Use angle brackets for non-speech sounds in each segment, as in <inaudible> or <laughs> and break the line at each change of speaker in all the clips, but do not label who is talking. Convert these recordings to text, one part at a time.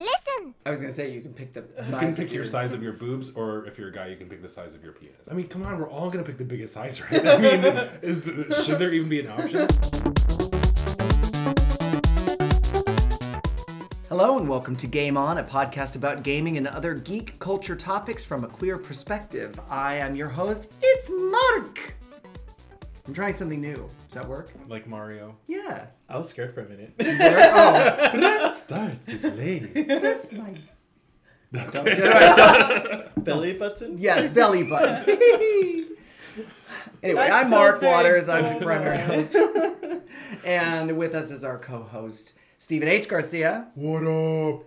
I was gonna say you can pick the size.
<laughs> You can
of
pick your
your-
size of your boobs, or if you're a guy, you can pick the size of your penis. I mean, come on, we're all gonna pick the biggest size, right? I mean, <laughs> is the, should there even be an option?
Hello and welcome to Game On, a podcast about gaming and other geek culture topics from a queer perspective. I am your host. It's Mark. I'm trying something new. Does that work?
Like Mario.
Yeah.
I was scared for a minute.
<laughs>
<laughs>
There- oh,
Started late.
that's my
<laughs> Belly button?
yes belly
<laughs>
button. anyway,
That
I'm
feels
Mark
very
Waters. I'm the
dull,
primary
Mark.
<laughs>
host, and with us is our co-host Stephen H. Garcia.
What up?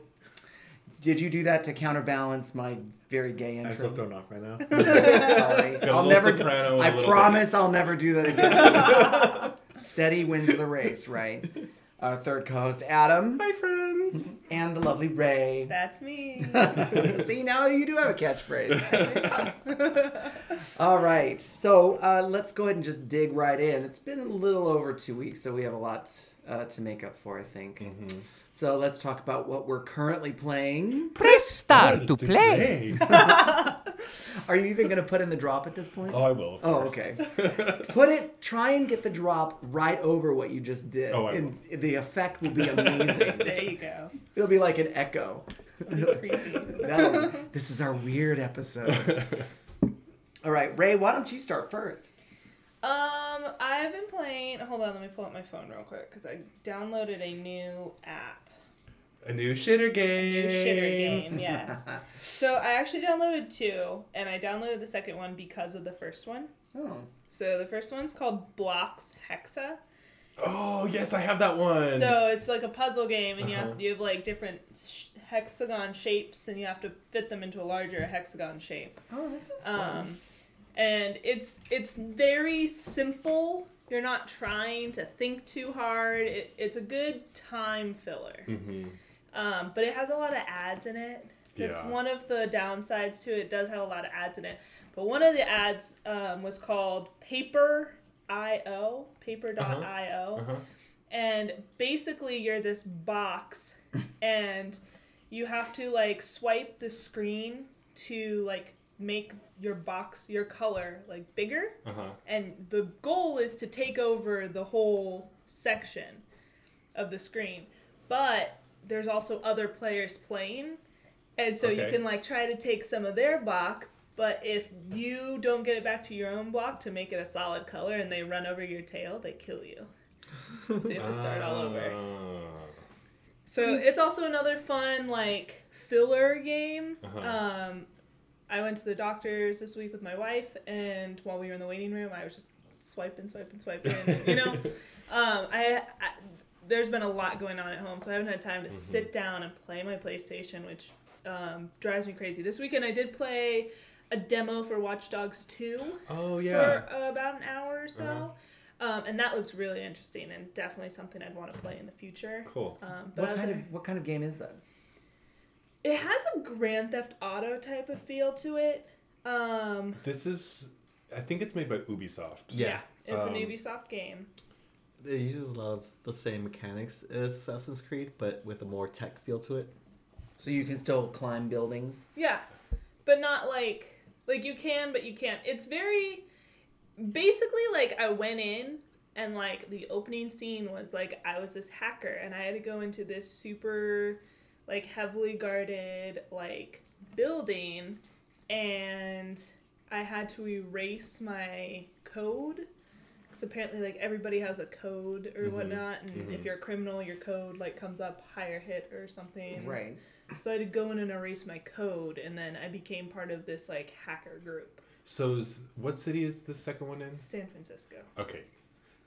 Did you do that to counterbalance my very gay
I'm
intro?
so thrown off right now.
Sorry.
a
I'll
little
never.
soprano and a
I
little
promise I'll never do that again.
<laughs>
Steady wins the race, right? Our third co-host Adam
Hi, friends.
and the lovely Ray.
That's me.
<laughs> See now you do have a
<laughs>
catchphrase. All right, so uh, let's go ahead and just dig right in. It's been a little over two weeks, so we have a lot uh, to make up for, I think.
Mm-hmm.
So let's talk about what we're currently playing.
Press star to play.
Are you even going to put in the drop at this point?
Oh, I will. Of
Oh,
course.
okay. Put it. Try and get the drop right over what you just did,
Oh, I
and the effect will be
<laughs>
amazing.
There you go.
It'll be like an echo.
Creepy.
That'll- this is our weird
<laughs>
episode. All right, Ray. Why don't you start first?
<laughs> Um, I've been playing. Hold on, let me pull up my phone real quick because I downloaded a new app.
<laughs> A new shitter game.
New shitter <laughs> game, yes. so I actually downloaded two, and I downloaded the second one because of the first one.
Oh,
So the first one's called Blocks Hexa.
Oh yes, I have that one.
So it's like a puzzle game, and you
Uh-huh.
have you have like different sh- hexagon shapes, and you have to fit them into a larger hexagon shape.
oh, that sounds fun.
um, and it's it's very simple. You're not trying to think too hard. It, it's a good time filler,
hmm
um, but it has a lot of ads in it. That's
Yeah.
one of the downsides to it. It does have a lot of ads in it, but one of the ads um, was called Paper IO, Paper.io,
Uh-huh.
and basically you're
<laughs>
this box and you have to like swipe the screen to like make your box your color like bigger
Uh-huh.
and the goal is to take over the whole section of the screen but there's also other players playing and so you
Okay.
can like try to take some of their block but if you don't get it back to your own block to make it a solid color and they run over your tail they kill you <laughs> so you have to start all over
Ah.
so it's also another fun like filler game.
Uh-huh.
Um, I went to the doctor's this week with my wife, and while we were in the waiting room, I was just swiping, swiping, swiping.
<laughs>
and, you know, um, I, I there's been a lot going on at home, so I haven't had time
Mm-hmm.
to sit down and play my PlayStation, which um, drives me crazy. This weekend I did play a demo for Watch Dogs Two
Oh yeah.
for about an hour or so.
Uh-huh.
Um, and that looks really interesting and definitely something I'd want to play in the future.
Cool.
Um, but
What kind
other-
of what kind of game is that?
it has a Grand Theft Auto type of feel to it. Um,
This is, I think it's made by Ubisoft.
yeah.
Yeah.
it's
Um,
an Ubisoft game.
It uses a lot of the same mechanics as Assassin's Creed, but with a more tech feel to it.
So you can still climb buildings.
Yeah, but not like like you can, but you can't. It's very basically like I went in and like the opening scene was like I was this hacker and I had to go into this super like heavily guarded like building and I had to erase my code because apparently like everybody has a code or
Mhm,
whatnot and if
mhm.
you're a criminal your code like comes up higher hit or something
Right.
so I had to go in and erase my code, and then I became part of this like hacker group,
So is, what city is the second one in?
San Francisco.
Okay.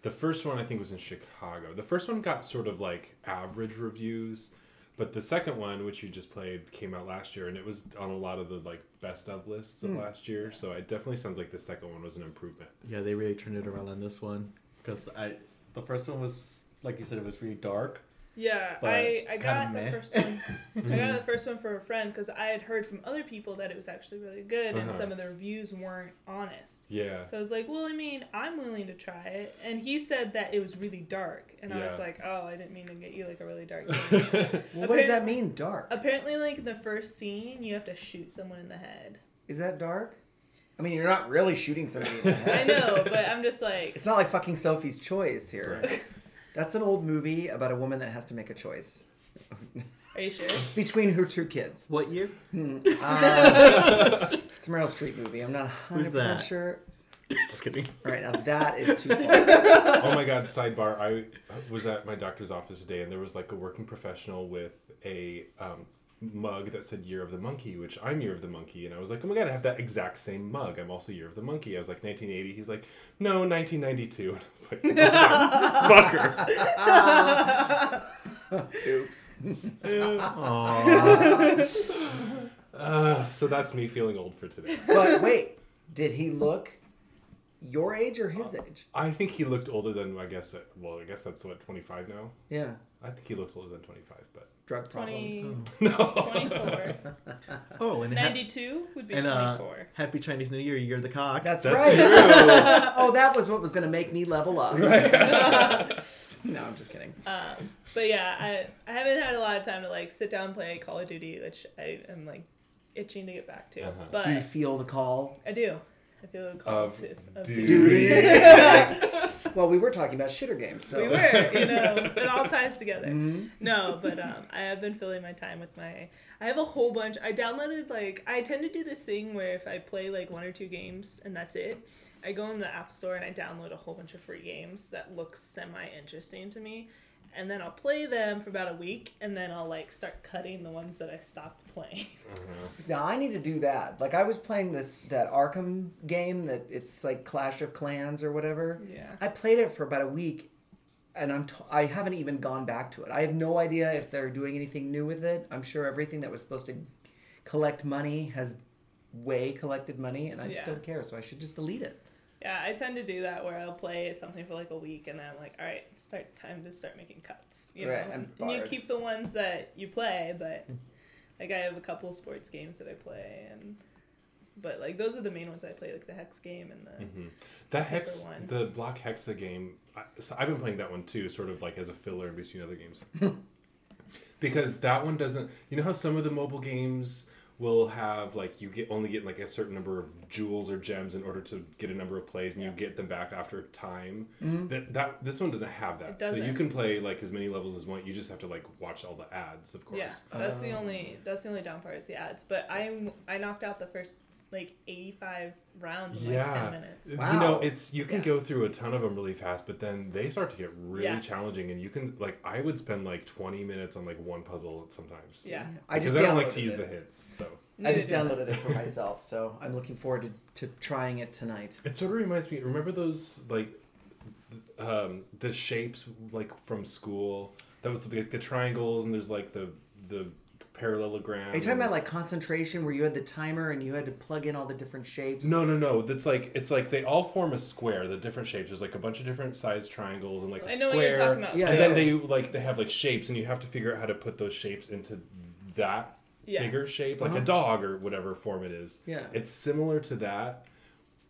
The first one I think was in Chicago. The first one got sort of like average reviews, but the second one, which you just played, came out last year and it was on a lot of the like best of lists of last year. So it definitely sounds like the second one was an improvement.
Yeah, they really turned it around on this one because I, the first one was like you said, it was really dark,
Yeah,
But
I, I got
kinda
the
meh.
first one. I got the first one for a friend because I had heard from other people that it was actually really good
Uh-huh.
and some of the reviews weren't honest.
Yeah.
So I was like, well, I mean, I'm willing to try it. And he said that it was really dark. And I was
Yeah.
like, oh, I didn't mean to get you like a really
<laughs>
dark game.
Well, what does that
Apparent-
mean? Dark?
Apparently, like in the first scene, you have to shoot someone in the
<laughs>
head.
Is that dark? I mean, you're not really shooting somebody.
<laughs>
In the
I
head.
know, but I'm just like,
It's not like fucking Sophie's Choice here.
Right.
<laughs> That's an old movie about a woman that has to make a choice
are you sure?
between her two kids.
What year?
<laughs> Uh, it's a Meryl Streep movie. I'm not 100%
Who's that?
sure.
<laughs> Just kidding.
All <laughs> right, now that is too far.
<laughs> oh my god sidebar i was at my doctor's office today and there was like a working professional with a um, mug that said year of the monkey which i'm year of the monkey and i was like oh my god i have that exact same mug i'm also year of the monkey i was like 1980 he's like no 1992 <laughs> and i was like fucker
Oops.
Aww.
uh, so that's me feeling old for today <laughs>
But wait, did he look your age or his age?
i think he looked older than i guess uh, well i guess that's what 25 now
Yeah.
i think he looks older than 25 but <laughs>
Drug problems.
20,
no
<laughs>
24.
oh, and, hap-
92 would be
and uh,
24.
happy Chinese New Year, you're the cock.
That's,
that's
right.
true
<laughs> Oh, that was what was going to make me level up. <laughs> no, I'm just kidding.
Um, but yeah, I, I haven't had a lot of time to like sit down and play Call of Duty, which I am like itching to get back to.
Uh-huh.
But
Do you feel the call?
I do. I feel a call
of
to, <laughs> of duty.
duty
Well, we were talking about shooter games, so
We were, you know, it all ties together. No, but um, I have been filling my time with my. I have a whole bunch. I downloaded like I tend to do this thing where if I play like one or two games and that's it, I go in the app store and I download a whole bunch of free games that look semi interesting to me, and then I'll play them for about a week, and then I'll like start cutting the ones that I stopped playing.
now I need to do that. Like I was playing this that Arkham game that it's like Clash of Clans or whatever.
Yeah.
I played it for about a week, and I'm t- I haven't even gone back to it. I have no idea if they're doing anything new with it. I'm sure everything that was supposed to collect money has way collected money, and I just
Yeah.
don't care. So I should just delete it.
Yeah, I tend to do that where I'll play something for like a week and then I'm like, all right, start time to start making cuts. You
Right,
know,
I'm
and you
bored.
keep the ones that you play, but like I have a couple sports games that I play and but like those are the main ones I play, like the hex game and the
Mm-hmm. That
Paper
hex,
one.
the block hexa game. I, so I've been playing that one too, sort of like as a filler in between other
<laughs>
games, because that one doesn't. You know how some of the mobile games will have like you get only get like a certain number of jewels or gems in order to get a number of plays, and you get them back after time. That that this one doesn't have that,
Mm-hmm. It
so you
doesn't.
can play like as many levels as you want. You just have to like watch all the ads, of course.
yeah. That's the only that's the only down part is the ads. But I'm I knocked out the first like eighty five rounds in
Yeah.
like ten minutes.
You
Wow.
know, it's you can
Yeah.
go through a ton of them really fast, but then they start to get really
Yeah.
challenging, and you can like I would spend like twenty minutes on like one puzzle sometimes.
Yeah.
I
because
just
I don't like
downloaded
to use
it.
the hits, so
I just
Neither do
downloaded it for myself, so I'm looking forward to, to trying it tonight.
it sort of reminds me. Remember those like th- um, the shapes like from school? That was the, the triangles, and there's like the the parallelogram.
Are you talking about like concentration where you had the timer and you had to plug in all the different shapes?
No, no, no. That's like it's like they all form a square. The different shapes. There's like a bunch of different sized triangles and like a
I know what
square.
you're talking about.
Yeah,
and then
yeah.
they like they have like shapes, and you have to figure out how to put those shapes into that
Yeah.
bigger shape, like a dog or whatever form it is.
Uh-huh. Yeah.
it's similar to that,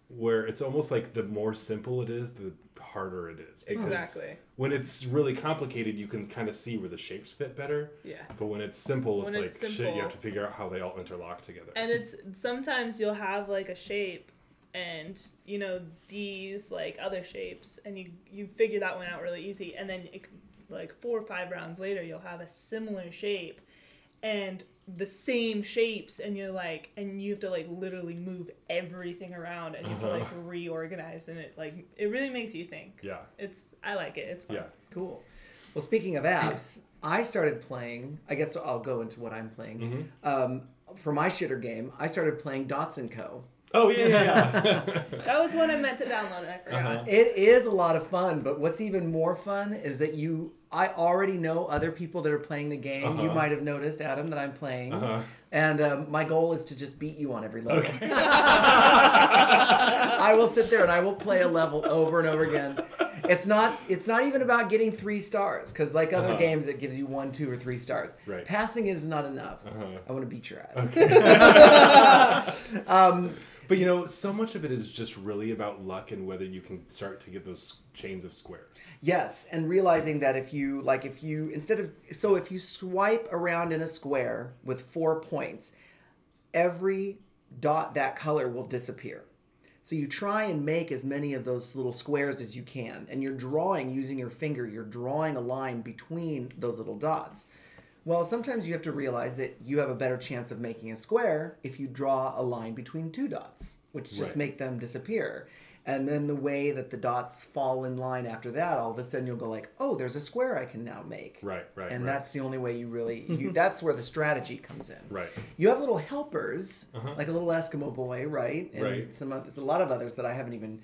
where it's almost like the more simple it is, the harder it is. Because
Exactly.
When it's really complicated, you can kind of see where the shapes fit better.
Yeah.
But when it's simple, it's
When
like
it's
shit. You
simple.
have to figure out how they all interlock together.
and it's sometimes you'll have like a shape and you know these like other shapes and you you figure that one out really easy and then it, c- like four or five rounds later you'll have a similar shape and the same shapes and you're like and you have to like literally move everything around and you have to like reorganize and it like it really makes you think
yeah,
it's i like it it's fun
yeah.
Cool. Well, speaking
<clears throat>
of apps, I started playing. I guess I'll go into what I'm playing.
Mm-hmm.
Um, for my shitter game, I started playing Dotson Co.
Oh yeah, yeah,
<laughs>
yeah.
that was one i meant to download and i forgot
It is a lot of fun, but what's even more fun is that you. I already know other people that are playing the game. You
Uh-huh.
might have noticed, Adam, that I'm playing.
Uh-huh.
And um, my goal is to just beat you on every level. <laughs> I will sit there and I will play a level over and over again. it's not it's not even about getting three stars because like other
Uh-huh.
games it gives you one two or three stars
Right.
passing is not enough
Uh-huh.
i want to beat your ass
<laughs> <laughs> But you know, so much of it is just really about luck and whether you can start to get those chains of squares.
yes and realizing that if you like if you instead of so if you swipe around in a square with four points every dot that color will disappear so you try and make as many of those little squares as you can and you're drawing using your finger you're drawing a line between those little dots Well, sometimes you have to realize that you have a better chance of making a square if you draw a line between two dots, which just
Right.
make them disappear. And then the way that the dots fall in line after that, all of a sudden you'll go like, "Oh, there's a square I can now make."
Right, right,
And
right.
that's the only way you really
<laughs>
you that's where the strategy comes in.
Right.
You have little helpers, like a little Eskimo boy, right? And
Uh-huh. Right.
some oth- there's a lot of others that I haven't even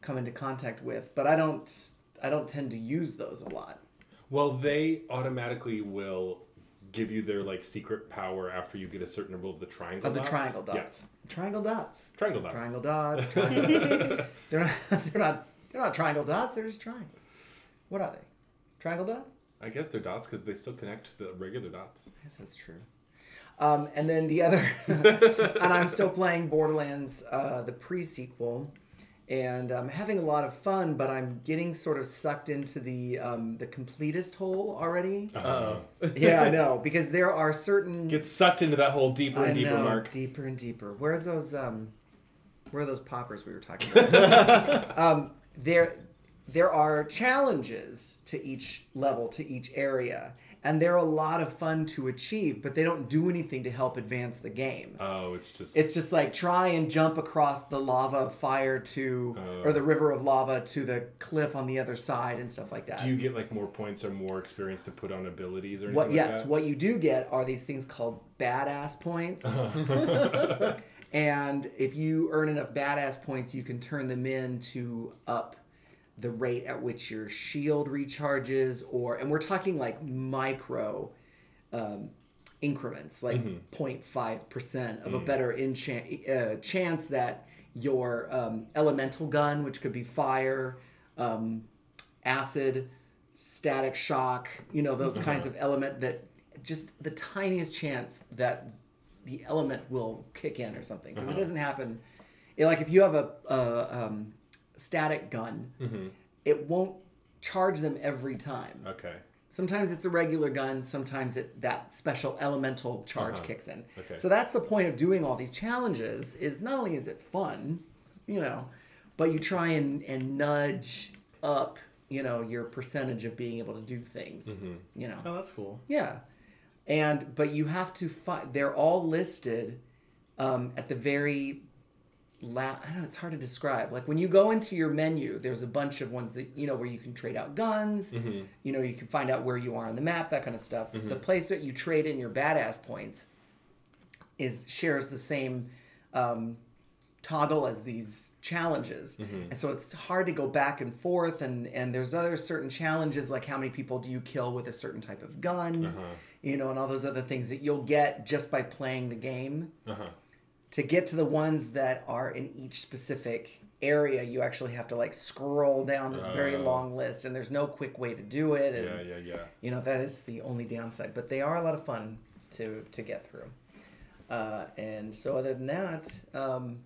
come into contact with, but I don't I don't tend to use those a lot.
Well, they automatically will give you their like secret power after you get a certain number of the triangle
Of the
dots.
triangle
Yeah.
dots. Triangle dots.
Triangle dots.
Triangle
<laughs>
dots. Triangle dots. <laughs> they're not. They're not. They're not triangle dots. They're just triangles. What are they? Triangle dots.
I guess they're dots because they still connect to the regular dots.
I guess that's true. Um, and then the other, <laughs> and I'm still playing Borderlands, uh, the pre sequel, and I'm having a lot of fun, but I'm getting sort of sucked into the um, the completist hole already.
Uh,
yeah, I know because there are certain
Gets sucked into that hole deeper and
I
deeper,
know,
Mark.
Deeper and deeper. Where's those um where are those poppers we were talking
<laughs>
about? um there there are challenges to each level, to each area, and they're a lot of fun to achieve, but they don't do anything to help advance the game.
Oh, it's just
It's just like try and jump across the lava of fire to
Oh.
or the river of lava to the cliff on the other side and stuff like that.
Do you get like more points or more experience to put on abilities or anything
What
like
yes,
that?
what you do get are these things called badass <laughs> points. and if you earn enough badass points, you can turn them in to up the rate at which your shield recharges or and we're talking like micro um, increments like 0.5% of a better enchan- uh, chance that your um, elemental gun which could be fire um, acid static shock you know those kinds of element that just the tiniest chance that the element will kick in or something because it doesn't happen it, like if you have a, a um, static gun it won't charge them every time
Okay.
Sometimes it's a regular gun, sometimes it that special elemental charge kicks in.
Okay.
So that's the point of doing all these challenges is not only is it fun, you know, but you try and, and nudge up, you know, your percentage of being able to do things. You know.
Oh, that's cool.
Yeah. And but you have to find they're all listed um, at the very la- I don't know, it's hard to describe. Like when you go into your menu, there's a bunch of ones that you know where you can trade out guns, you know, you can find out where you are on the map, that kind of stuff. The place that you trade in your badass points is shares the same um, toggle as these challenges and so it's hard to go back and forth and and there's other certain challenges like how many people do you kill with a certain type of gun you know and all those other things that you'll get just by playing the game
Uh-huh.
to get to the ones that are in each specific area you actually have to like scroll down this very
Oh.
long list and there's no quick way to do it and
Yeah, yeah, yeah.
you know that is the only downside but they are a lot of fun to to get through uh, and so other than that um,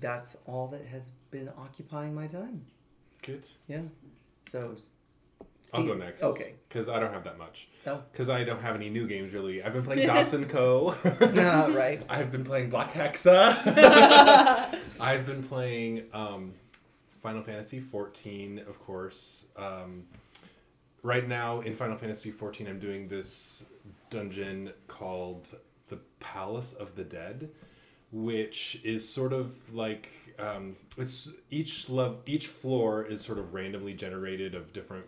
that's all that has been occupying my time
Good.
yeah so
I'll go
Steve-
next.
okay
Because I don't have that much.
oh <laughs>
Because I don't have any new games really. I've been playing Dots and Co. <laughs>
Ah, right
I've been playing Black Hexa. I've been playing um, Final Fantasy 14, of course. Um, right now in Final Fantasy 14, I'm doing this dungeon called the Palace of the Dead, which is sort of like um, it's each level, each floor is sort of randomly generated of different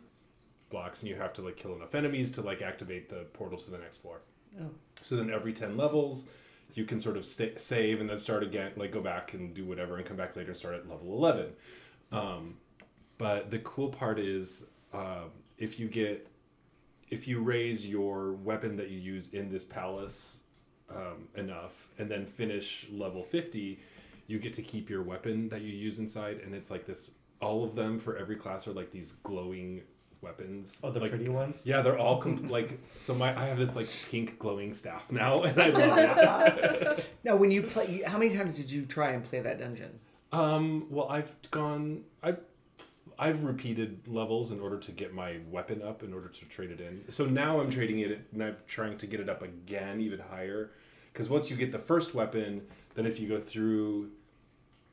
blocks, and you have to like kill enough enemies to like activate the portals to the next floor.
Oh.
So then every 10 levels, you can sort of sta save and then start again, like go back and do whatever and come back later and start at level 11. Um, but the cool part is uh, if you get, if you raise your weapon that you use in this palace um, enough and then finish level 50, you get to keep your weapon that you use inside and it's like this all of them for every class are like these glowing weapons.
Oh, the
like,
pretty ones.
Yeah, they're all com- like so. My I have this like pink glowing staff now, <laughs> and I love it.
Now, when you play, you- how many times did you try and play that dungeon?
Um, well, I've gone. I. I've repeated levels in order to get my weapon up in order to trade it in. So now I'm trading it and I'm trying to get it up again even higher cuz once you get the first weapon, then if you go through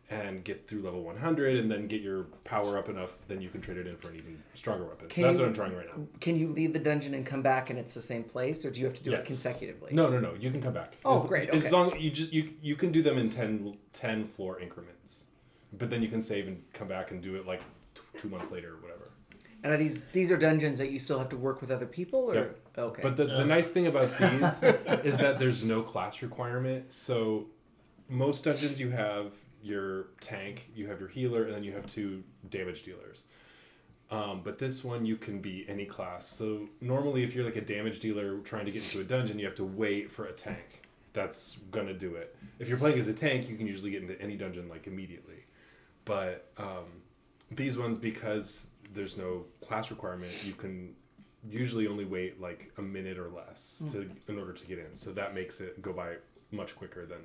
and get through level 100 and then get your power up enough, then you can trade it in for an even stronger weapon.
Can
so that's
you-
what I'm trying right now.
Can you leave the dungeon and come back and it's the same place, or do you have to do it
Yes.
consecutively?
No, no, no. You can come back.
Oh,
As-
great,
As
okay.
long you just you you can do them in 10, 10 floor increments, but then you can save and come back and do it like t- two months later or whatever.
And are these these are dungeons that you still have to work with other people, or
Yep.
okay?
But the, the nice thing about these is that there's no class requirement. So most dungeons you have your tank, you have your healer, and then you have two damage dealers. Um, but this one you can be any class. So normally if you're like a damage dealer trying to get into a dungeon, you have to wait for a tank. That's gonna do it. If you're playing as a tank, you can usually get into any dungeon like immediately. But um, these ones because there's no class requirement, you can usually only wait like a minute or less to
Hmm.
in order to get in. So that makes it go by much quicker than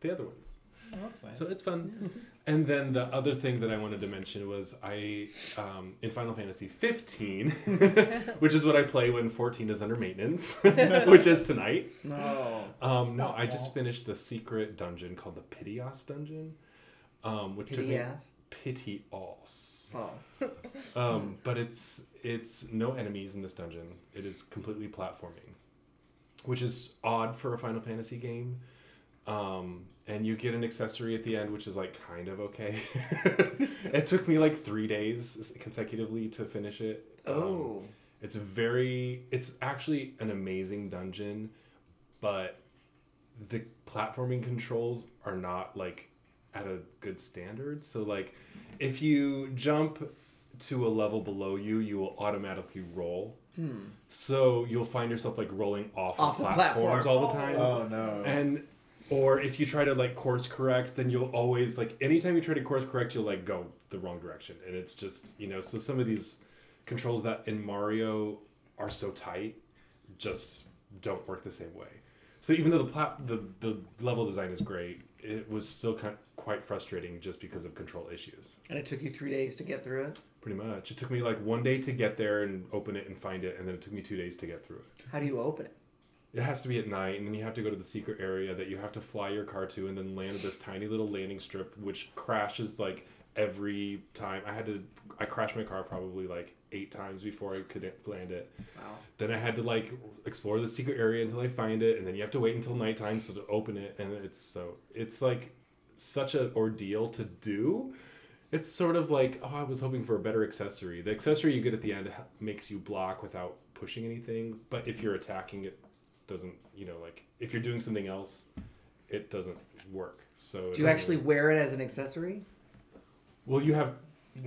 the other ones.
Oh, that's nice.
So it's fun.
<laughs>
And then the other thing that I wanted to mention was I um, in Final Fantasy 15, <laughs> which is what I play when 14 is under maintenance, <laughs> which is tonight.
no.
Um, no, I just finished the secret dungeon called the Pitios dungeon, um, which took me-
Pitias?
Pitios.
Oh,
Um, but it's it's no enemies in this dungeon. It is completely platforming, which is odd for a Final Fantasy game. Um, and you get an accessory at the end, which is like kind of okay. <laughs> it took me like three days consecutively to finish it. Um,
oh,
it's very. It's actually an amazing dungeon, but the platforming controls are not like at a good standard. So like, if you jump to a level below you, you will automatically roll. So you'll find yourself like rolling off, of
Hmm. Off the
platforms
platform.
all the time
oh no.
and or if you try to like course correct then you'll always like anytime you try to course correct you'll like go the wrong direction and it's just you know so some of these controls that in mario are so tight just don't work the same way so even though the plat- the, the level design is great it was still kind quite frustrating just because of control issues
and it took you three days to get through it.
pretty much it took me like one day to get there and open it and find it and then it took me two days to get through it
How do you open it?
it has to be at night, and then you have to go to the secret area that you have to fly your car to, and then land this tiny little landing strip, which crashes like every time. I had to, I crashed my car probably like eight times before I could land it.
Wow.
Then I had to like explore the secret area until I find it, and then you have to wait until nighttime so to open it, and it's so it's like such an ordeal to do. It's sort of like oh, I was hoping for a better accessory. The accessory you get at the end ha- makes you block without pushing anything, but if you're attacking, it doesn't. You know, like if you're doing something else, it doesn't work. So it
Do you
doesn't
actually
really-
wear it as an accessory?
well, you have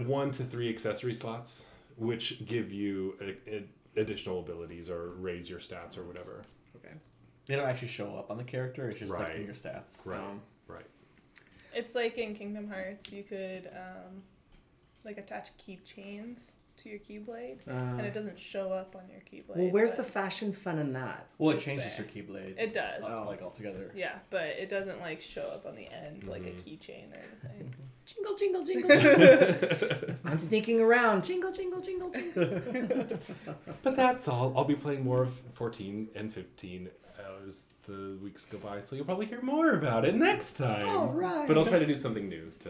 one to three accessory slots, which give you a, a- additional abilities or raise your stats or whatever.
They don't actually show up on the character. It's just like
Right.
in your stats.
Right.
Um,
right.
It's like in Kingdom Hearts, you could um, like attach keychains to your keyblade, and
Oh.
Uh,
it doesn't show up on your keyblade.
well, where's
but
the fashion fun in that?
Well, it
It's
changes
there.
your keyblade.
it does.
Oh.
uh, like altogether.
Yeah, but it doesn't like show up on the end like a
Mm-hmm.
Mhm.
keychain or anything.
<laughs> Jingle, jingle,
<laughs>
jingle. jingle. I'm sneaking around. Jingle, jingle, jingle, jingle.
But that's all. I'll be playing more of 14 and 15 as the weeks go by, so you'll probably hear more about it next time.
All right.
But I'll try to do something new to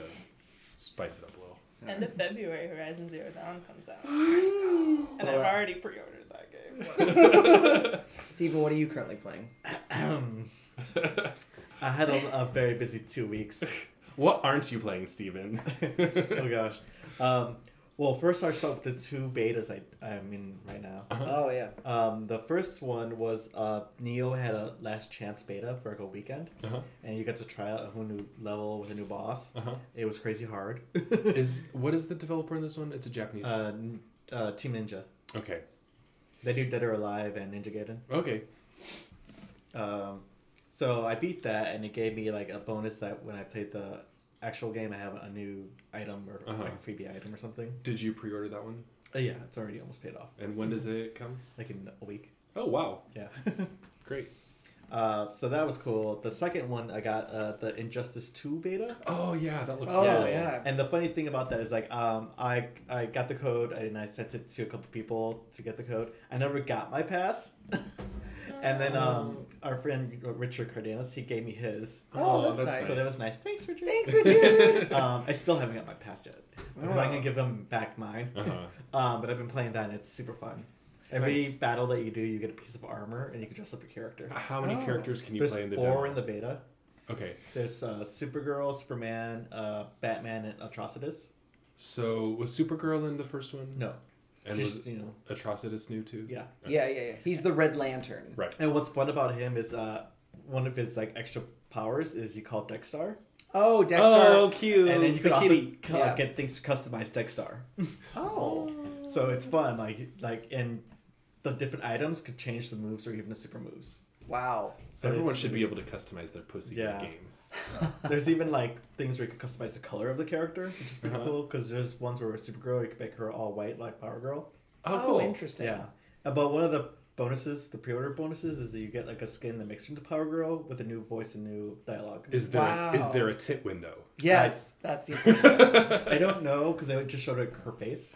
spice it up a little.
End of February, Horizon Zero Dawn
<gasps>
comes out, and
uh,
I've already pre-ordered that
<laughs>
game.
Steven, what are you currently playing?
<clears throat> I had a, a very busy two weeks.
<laughs> What aren't you playing, Steven?
oh gosh. Um, well, first I'll start with the two betas I I'm in right now.
Oh yeah.
Um, the first one was uh, Neo had a last chance beta for like a weekend,
<laughs> Uh-huh.
and you got to try out a whole new level with a new boss.
Uh-huh.
It was crazy hard.
Is what is the developer in this one? It's a Japanese.
uh, n- uh, Team Ninja.
okay.
They do Dead or Alive and Ninja Gaiden.
Okay.
Um, so I beat that, and it gave me like a bonus that when I played the actual game, I have a new item or
Uh-huh.
like a freebie item or something.
Did you pre-order that one?
Uh, yeah, it's already almost paid off.
And when does it come?
Like in a week.
Oh wow,
Yeah. <laughs>
great.
uh, so that was cool. The second one I got uh, the Injustice Two beta.
Oh yeah, that looks.
Oh,
awesome.
Yes.
yeah.
And the funny thing about that is like um I I got the code and I sent it to a couple people to get the code. I never got my pass. <laughs> <laughs> and then um our friend Richard Cardenas, he gave me his.
Oh, that's nice.
So that was nice. Thanks, Richard.
Thanks, Richard.
<laughs>
Oh,
um I still haven't got my pass yet. Because I'm
Wow.
gonna give them back mine.
Uh-huh.
Um but I've been playing that and it's super fun. Every
Nice.
battle that you do you get a piece of armor and you can dress up your character.
How many
Oh.
characters can you
There's
play in the demo?
four in the beta.
Okay,
There's uh, Supergirl, Superman, uh, Batman, and Atrocitus.
so was Supergirl in the first one?
No,
And
just
was
you know,
Atrocitus new too?
yeah.
<laughs> yeah, yeah, yeah. He's the Red Lantern.
Right.
And what's fun about him is uh, one of his like extra powers is you call Dexstar,
Oh, Dexter.
cute.
and then you can also cu-
Yeah.
get things to customize Dexstar.
Oh.
so it's fun, like like and the different items could change the moves or even the super moves.
Wow.
So
Everyone
it's-
should be able to customize their pussy in
Yeah.
the game.
<laughs> There's even like things where you can customize the color of the character, which is pretty
Uh-huh.
cool. Because there's ones where Supergirl you can make her all white like Power Girl.
Oh, cool.
interesting.
Yeah. Uh, But one of the bonuses, the pre-order bonuses, is that you get like a skin that makes you into Power Girl with a new voice and new dialogue.
Is there
Wow.
is there a tit window?
Yes, that's
<laughs>
<laughs>
I don't know because I just showed her her face,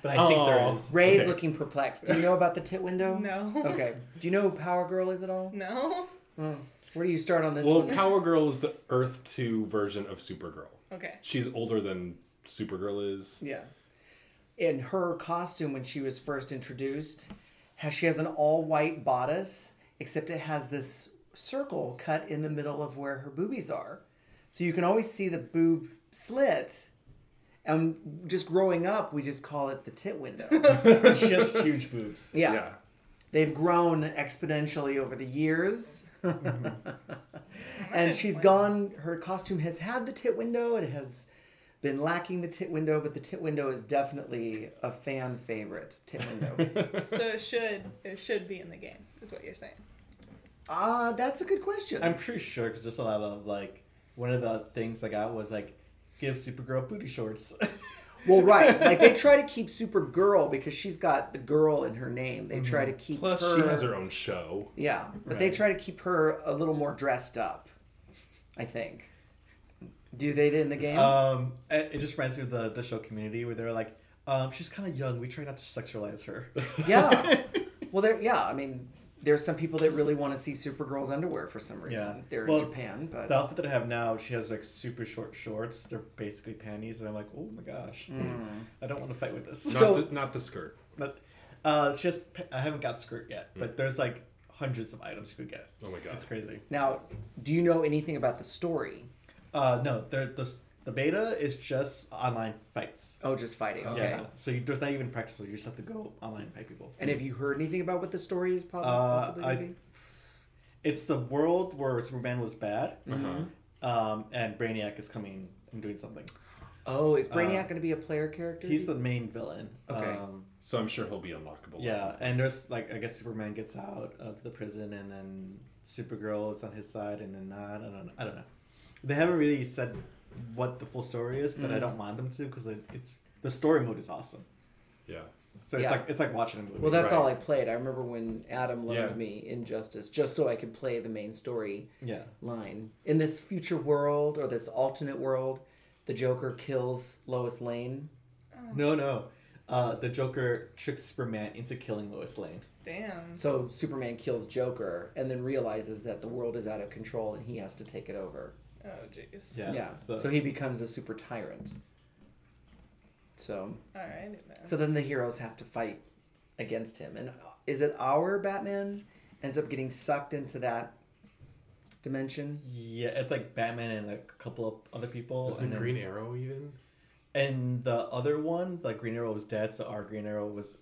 but I think there
Aw.
is.
Ray's
Okay.
looking perplexed. Do you know about the tit window?
No.
Okay. Do you know who Power Girl is at all?
No.
<laughs> Where do you start on this
Well,
one?
Power Girl is the Earth Two version of Supergirl.
Oh.
Okay.
She's older than Supergirl is.
Yeah. In her costume when she was first introduced, has she has an all-white bodice, except it has this circle cut in the middle of where her boobies are. So you can always see the boob slit. And just growing up, we just call it the tit window.
She has
<laughs>
huge boobs.
Yeah. They've grown exponentially over the <laughs> years. and she's gone, her costume has had the tit window. It has been lacking the tit window, but the tit window is definitely a fan favorite tit <laughs> window.
So it should it should be in the game, is what you're saying.
Ah, that's a good question.
I'm pretty sure because there's a lot of like one of the things I got was like give Supergirl booty shorts. <laughs>
well, <laughs> right. Like they try to keep Supergirl because she's got the girl in her name. They try to keep
Plus,
her
she has her own show.
Yeah, but they
Right.
try to keep her a little more dressed up. I think. Do they in the
Uh,
game?
um, it it just reminds me of the, the show Community where they're like, um, she's kind of young. We try not to
<laughs>
sexualize her. <laughs>
Yeah. well, there. Yeah, I mean, there's some people that really want to see Supergirl's underwear for some reason.
Yeah.
They're
Well,
in Japan, but
The outfit that I have now, she has like super short shorts. They're basically panties, and I'm like, oh my gosh, I don't want to fight with this.
Hmm. Not
So-
the, not the skirt.
but uh, it's just I haven't got skirt yet. But there's like hundreds of items you could get.
Hmm. Oh my god.
It's crazy.
now, do you know anything about the story?
Uh, no, there the the beta is just online fights.
Oh, just fighting. Okay.
Yeah. So you, there's not even practical. You just have to go online and fight people.
And have you heard anything about what the story is probably
Uh,
possibly
I-
gonna be?
It's the world where Superman was bad,
Uh-huh.
um, and Brainiac is coming and doing something.
Oh, is Brainiac going to be a player character?
uh, He's the main villain.
Okay.
Um,
So I'm sure he'll be unlockable. at some
Yeah,
point.
and there's like I guess Superman gets out of the prison, and then Supergirl is on his side, and then not. I don't know. I don't know. They haven't really said what the full story is,
Mm.
but I don't want them to because it, it's the story mode is awesome.
Yeah.
So it's
Yeah.
like it's like watching a movie.
Well, that's
Right.
all I played. I remember when Adam loaned
Yeah.
me Injustice just so I could play the main story
yeah.
line. In this future world or this alternate world, the Joker kills Lois Lane.
No, no. Uh, the Joker tricks Superman into killing Lois Lane.
Damn.
So Superman kills Joker and then realizes that the world is out of control and he has to take it over.
Oh jeez.
Yeah.
yeah.
So,
So he becomes a super tyrant. So
All right. Then.
so then the heroes have to fight against him. And is it our Batman ends up getting sucked into that dimension?
yeah, it's like Batman and a couple of other people.
Isn't
and then-
Green Arrow even?
And the other one, like Green Arrow was dead, so our Green Arrow was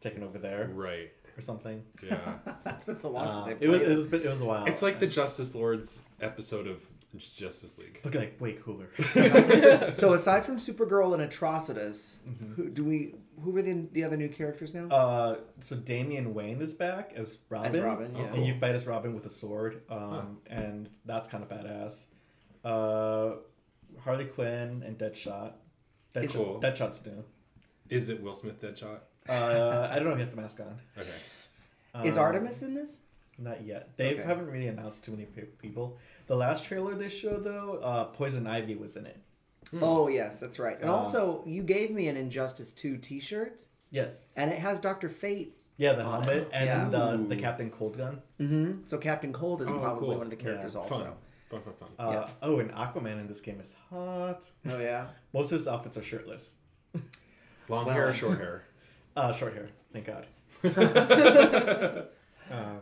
taken over there <laughs>
Right.
or something.
Yeah.
<laughs> That's been so long
Uh,
since I
it was,
played <laughs>
it was it was a while.
It's like the
<laughs>
Justice Lords episode of Justice League.
but like way cooler. <laughs>
So aside from Supergirl and Atrocitus,
Mm-hmm.
who do we? Who were the, the other new characters now?
uh, so Damian Wayne is back as Robin.
Robin,
Oh,
yeah.
And you fight as Robin with a sword, um, and that's kind of badass. Uh, Harley Quinn and Deadshot. Deadshot
Cool.
Deadshot's new.
Is it Will Smith Deadshot?
Uh, I don't know if he has the mask on.
Okay.
Is
Um,
Artemis in this?
Not yet. They
Okay.
haven't really announced too many pe- people. The last trailer they showed though, uh, Poison Ivy was in it.
Oh yes, that's right. And
hmm. Uh,
also, you gave me an Injustice Two T-shirt,
Yes.
and it has Doctor Fate.
Yeah, the helmet and
Yeah.
the,
Ooh.
the Captain Cold Gun.
Mm-hmm. So Captain Cold is
Oh,
probably
cool.
one of the characters
Yeah,
also.
Fun. Fun, fun, fun.
Uh,
Yeah.
Oh, and Aquaman in this game is hot.
Oh yeah.
Most of his outfits are shirtless.
Long
well-
hair,
<laughs>
short hair.
Uh, short hair.
<laughs>
Thank God. Uh,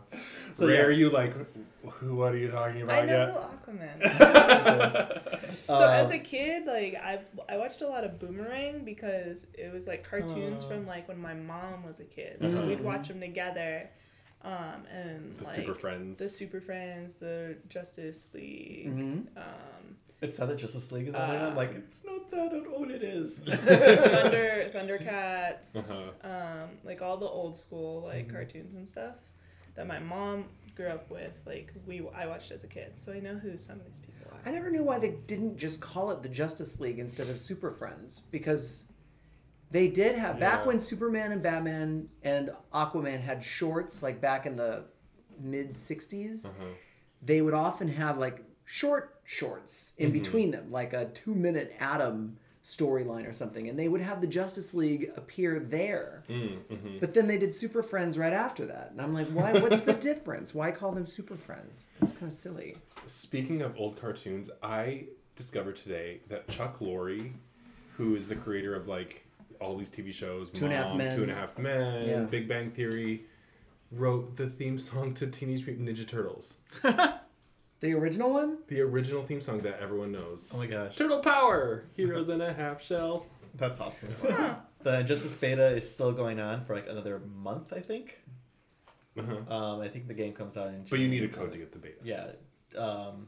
so
Rare,
yeah,
you like, who, what are you talking
I
about
know
yet?
the Aquaman. so
Uh,
as a kid, like I I watched a lot of Boomerang because it was like cartoons
Uh.
from like when my mom was a kid. So
Mm-hmm.
we'd watch them together, um, and
The
like,
Super Friends. <laughs>
the Super Friends, the Justice League.
Mm-hmm.
Um,
<laughs>
<laughs>
it's not the Justice League is on it. I'm
Ah.
like, it's not that at all.
<laughs>
It is.
Thunder, Thundercats,
Uh-huh.
um, like all the old school like
Mm-hmm.
cartoons and stuff that my mom grew up with. Like we, I watched as a kid, so I know who some of these people
I
are.
never knew why they didn't just call it the Justice League instead of Super Friends because they did have back
Yeah.
when Superman and Batman and Aquaman had shorts like back in the mid 60s
Uh-huh.
they would often have like short shorts in
Mm-hmm.
between them like a 2 minute Atom storyline or something and they would have the Justice League appear there
Mm, mm-hmm.
but then they did Super Friends right after that and I'm like why what's the <laughs> difference why call them Super Friends that's kind of silly
Speaking of old cartoons, I discovered today that Chuck Lorre, who is the creator of like all these TV shows,
Two and a Half Men.
Two and a Half Men,
Yeah.
Big Bang Theory, wrote the theme song to Teenage Mutant Ninja Turtles,
the original one
the original theme song that everyone knows.
Oh my gosh,
Turtle power, heroes in a half shell.
that's
<laughs>
awesome. the Justice Beta is still going on for like another month, I think.
Uh-huh.
Um, I think the game comes out in.
But you
June.
need a code to get the beta.
Yeah. Um,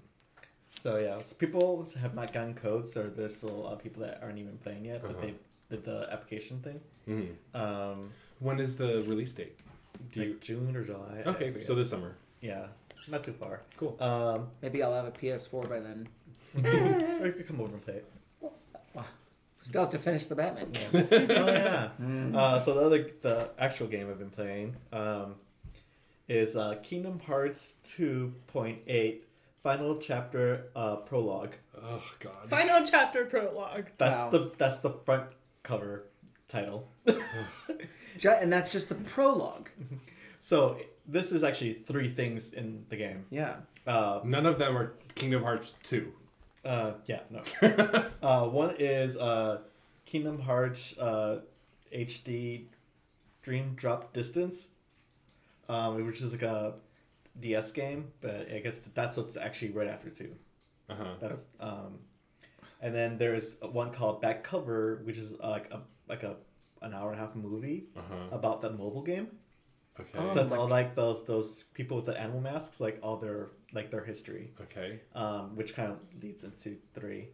so yeah, so people have not gotten codes, or there's still uh, people that aren't even playing yet, but
Uh-huh.
they did the application thing.
Mhm.
Um,
When is the release date? Do
like
you?
June or July? I
Okay,
forget.
so this summer.
yeah, not too far.
Cool.
Um,
Maybe I'll have a PS4 by then.
or you could come over and play it.
Still have to finish the Batman. <laughs>
Yeah.
<laughs>
oh yeah. Uh, so the other, the actual game I've been playing um, is uh, Kingdom Hearts two point eight. Final chapter uh, prologue.
Oh God.
Final chapter prologue.
That's
Wow.
the that's the front cover title. <laughs>
Ju- and that's just the prologue.
So this is actually three things in the game.
Yeah.
Uh,
None of them are Kingdom Hearts two.
uh, yeah, no. uh, one is uh, Kingdom Hearts uh, HD Dream Drop Distance, um, which is like a DS game, but I guess that's what's actually right after two.
Uh huh.
That's um, and then there's one called Back Cover, which is uh, like a like a an hour and a half movie
Uh-huh. Oh
about that mobile game.
Okay.
so it's all like those those people with the animal masks, like all their like their history,
Okay.
um, which kind of leads into three,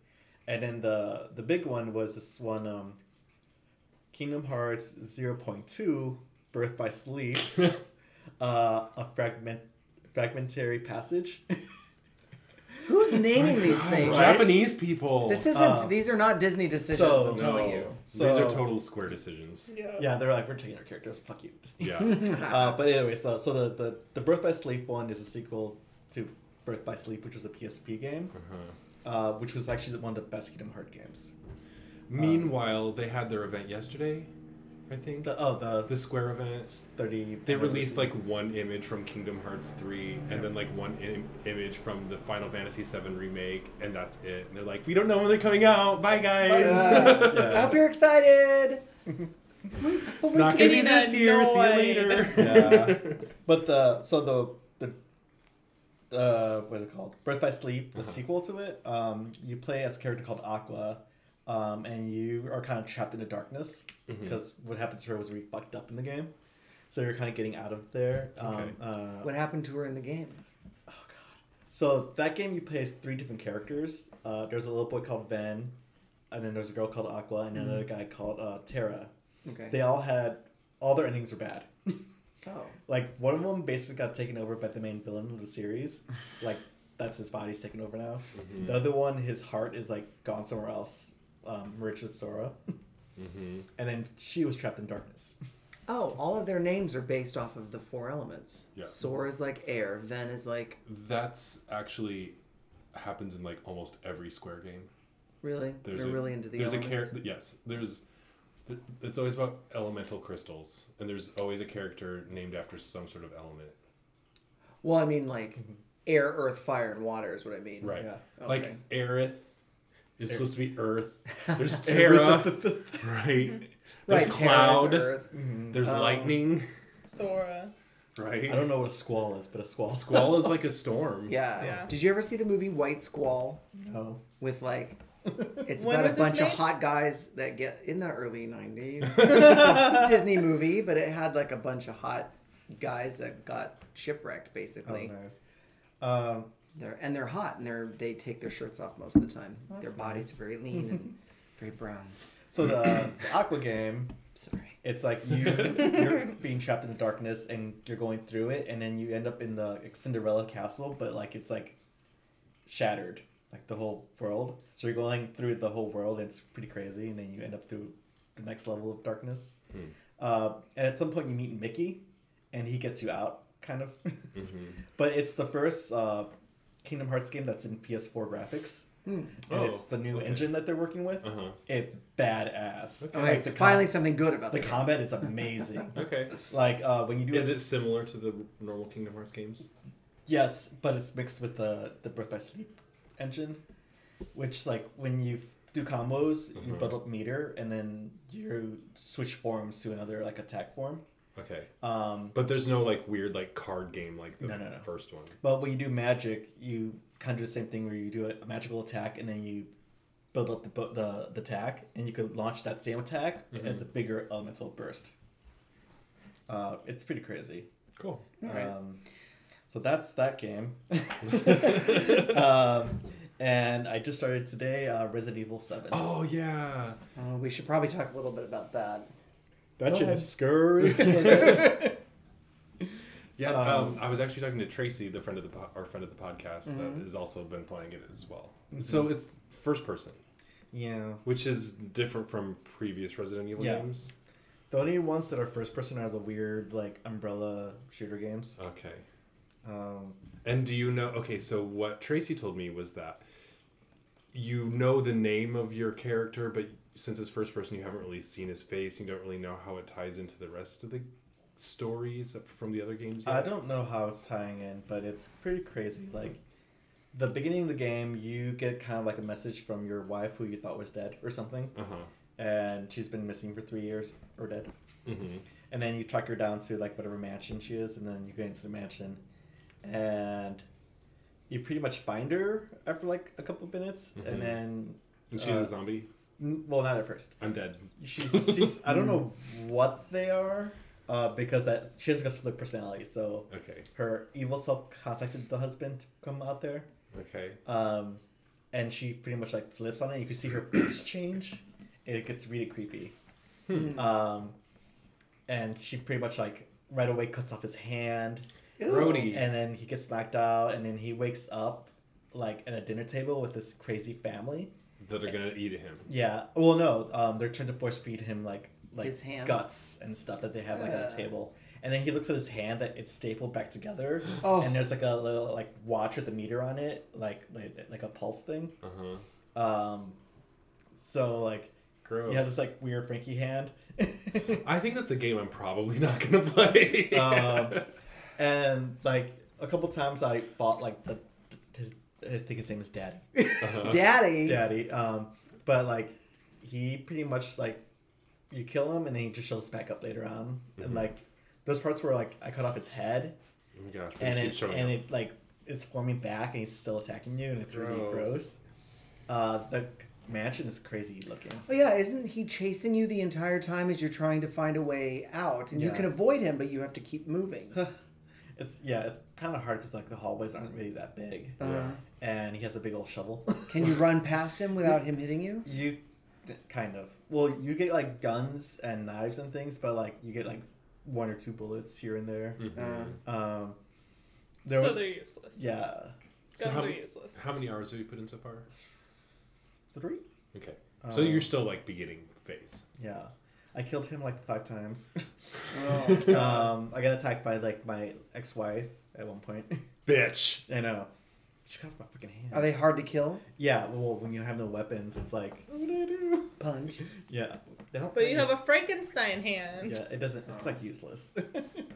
and then the the big one was this one, um, Kingdom Hearts zero point two, Birth
<laughs>
by Sleep, uh, a fragment fragmentary passage.
Who's naming these things?
Japanese people.
This isn't.
Uh,
these are not Disney decisions.
so-
I'm
no.
telling you.
So-
These are total square
<laughs>
decisions.
yeah, they're like we're taking our characters. Fuck you.
<laughs> Yeah.
<laughs> uh, but anyway, so so the, the the Birth by Sleep one is a sequel to Birth by Sleep, which was a PSP game,
Mm-hmm.
uh, which was actually one of the best Kingdom Hearts games.
Meanwhile, they had their event yesterday, I think. The,
The oh the
square event.
thirty.
They released like one image from Kingdom Hearts 3 and then like one Im- image from the Final Fantasy 7 remake and that's it. And they're like, "We don't know when they're coming out. Bye guys." <laughs>
Uh, I
yeah.
hope you're excited.
it's not going to be
getting
this year. See you
annoyed.
later.
yeah. But the so the the uh, what is it called? Birth by Sleep, the sequel to it. Um, you play as a character called Aqua, um, and you are kind of trapped in the darkness because what happened to her was we fucked up in the game, so you're kind of getting out of there. Um,
Okay.
uh,
What happened to her in the game?
So that game you play as three different characters. Uh, there's a little boy called Ven, and then there's a girl called Aqua, and another guy called uh, Terra.
Okay.
They all had all their endings were bad. <laughs>
oh.
like one of them basically got taken over by the main villain of the series, like that's his body's taken over now. The other one, his heart is like gone somewhere else, um, merged with Sora. And then she was trapped in darkness.
Oh, all of their names are based off of the four elements.
Yeah.
Sora is like air. Ven is like
<laughs> That's actually happens in like almost every Square game.
really.
There's
they're
a,
really into the
there's
elements.
a character. Yes, there's. th- It's always about elemental crystals, and there's always a character named after some sort of element.
Well, I mean like air, earth, fire, and water is what I mean.
Right.
Yeah.
Okay.
Like Aerith is supposed to be Earth.
<laughs>
There's
Terra.
Terra. right.
Right.
There's
Terra is
cloud.
Earth. Um,
There's lightning. <laughs>
Sora.
Right.
I don't know what a squall is, but a squall.
Squall is like a storm.
<laughs> Yeah.
Yeah.
Did you ever see the movie White Squall
No.
with
<laughs>
like? It's
When
about a
was this
bunch of
made?
hot guys that get in the early '90s. it's
<laughs>
a Disney movie, but it had like a bunch of hot guys that got shipwrecked,
Oh,
basically.
nice. Um,
They're and they're hot, and they're they take their shirts off most of the time.
That's
their bodies
nice.
are very lean and very brown.
so the, the Aqua game,
Sorry.
it's like you, you're being trapped in the darkness and you're going through it, and then you end up in the like, Cinderella castle, but like it's like shattered, like the whole world. So you're going through the whole world, and it's pretty crazy, and then you end up through the next level of darkness.
Hmm.
Uh, and at some point, you meet Mickey, and he gets you out, kind of.
Hmm.
<laughs>
Mm-hmm.
But it's the first uh, Kingdom Hearts game that's in PS4 graphics.
Hmm.
And it's
Oh,
the new
okay.
engine that they're working with.
Uh-huh.
It's badass.
Okay.
All
Like,
right.
the
So
com-
finally, something good about
the
the game.
combat is amazing.
Okay.
like uh, when you do
Is
a-
it similar to the normal Kingdom Hearts games?
Yes, but it's mixed with the the Birth by Sleep engine, which like when you do combos, you
Mhm.
build up meter and then you switch forms to another like attack form.
Okay.
Um,
But there's no like weird like card game like the
No, no, no.
first one.
but when you do magic, you kind of do the same thing where you do a magical attack and then you build up the bo- the, the attack and you could launch that same attack as a bigger elemental burst. Uh, it's pretty crazy.
Cool.
Alright.
Um, so that's that <laughs> game. um, and I just started today uh, Resident Evil 7.
Oh yeah.
Uh, we should probably talk a little bit about that.
that
shit
is scary. <laughs>
Yeah.
Um,
Um, I was actually talking to Tracy, the friend of the po- our friend of the podcast
Mm-hmm.
that has also been playing it as well. So it's first person,
yeah.
which is different from previous Resident Evil
Yeah.
games.
The only ones that are first person are the weird, like, umbrella shooter games.
Okay.
Um,
And do you know? Okay, so what Tracy told me was that you know the name of your character, but since it's first person, you haven't really seen his face. You don't really know how it ties into the rest of the stories from the other games.
I don't know how it's tying in, but it's pretty crazy. Like, the beginning of the game, you get kind of like a message from your wife who you thought was dead or something,
Uh huh.
and she's been missing for three years or dead.
hmm
and then you track her down to like whatever mansion she is, and then you go into the mansion, and you pretty much find her after like a couple minutes,
Mhm.
and then
And she's
Uh,
a zombie.
n- well, not at first.
I'm dead.
She's, she's I don't know what they are, uh, because that, she has like a split personality, so
Okay.
her evil self contacted the husband to come out there,
Okay.
um, and she pretty much like flips on it. You can see her face change. It gets really creepy.
Hmm.
Um, and she pretty much like right away cuts off his hand,
Brody.
and then he gets knocked out, and then he wakes up like at a dinner table with this crazy family.
That are gonna eat him.
Yeah. Well, no. Um, they're trying to force feed him like like
His hand? Uh.
guts and stuff that they have like on the
Ugh.
table. And then he looks at his hand that it's stapled back together,
<gasps> Oh.
and there's like a little like watch with a meter on it, like like, like a pulse thing.
Uh huh.
Um, so like
Gross.
he has this like weird
<laughs>
Frankie hand.
I think that's a game I'm probably <laughs> not gonna play.
um,
<laughs>
and like a couple times I fought like the his I think his name is Daddy.
Uh-huh.
Daddy.
Daddy. Um, but like he pretty much like you kill him and then he just shows back up later on.
Mm-hmm.
And like those parts where like I cut off his head
oh my gosh.
and
And
it,
showing
and
up.
it like it's forming back and he's still attacking you and it's really
Gross.
gross. Uh, the mansion is crazy looking.
Oh yeah, isn't he chasing you the entire time as you're trying to find a way out? And you
Yeah.
can avoid him, but you have to keep moving.
It's yeah, it's kind of hard because like the hallways aren't really that big,
Uh,
and he has a big old
<coughs>
shovel.
can you run past him without him hitting you?
You kind of. Well, you get like guns and knives and things, but like you get like one or two bullets here and there.
Mhm.
Uh,
Um, there
so
was
they're useless.
yeah.
So
Guns
how-
are useless.
How many hours have you put in so far?
Three?
Okay. So
Uh,
you're still like beginning phase.
Yeah. I killed him like
<laughs>
five times.
Oh,
um, I got attacked by like my ex-wife at one point. <laughs>
Bitch.
I know. She cut off my fucking hand.
Are they hard to kill?
Yeah. Well, when you have no weapons, it's like, what do I do?
Punch.
Yeah. They don't.
But you have a Frankenstein hand.
Yeah. It doesn't. It's like useless. <laughs>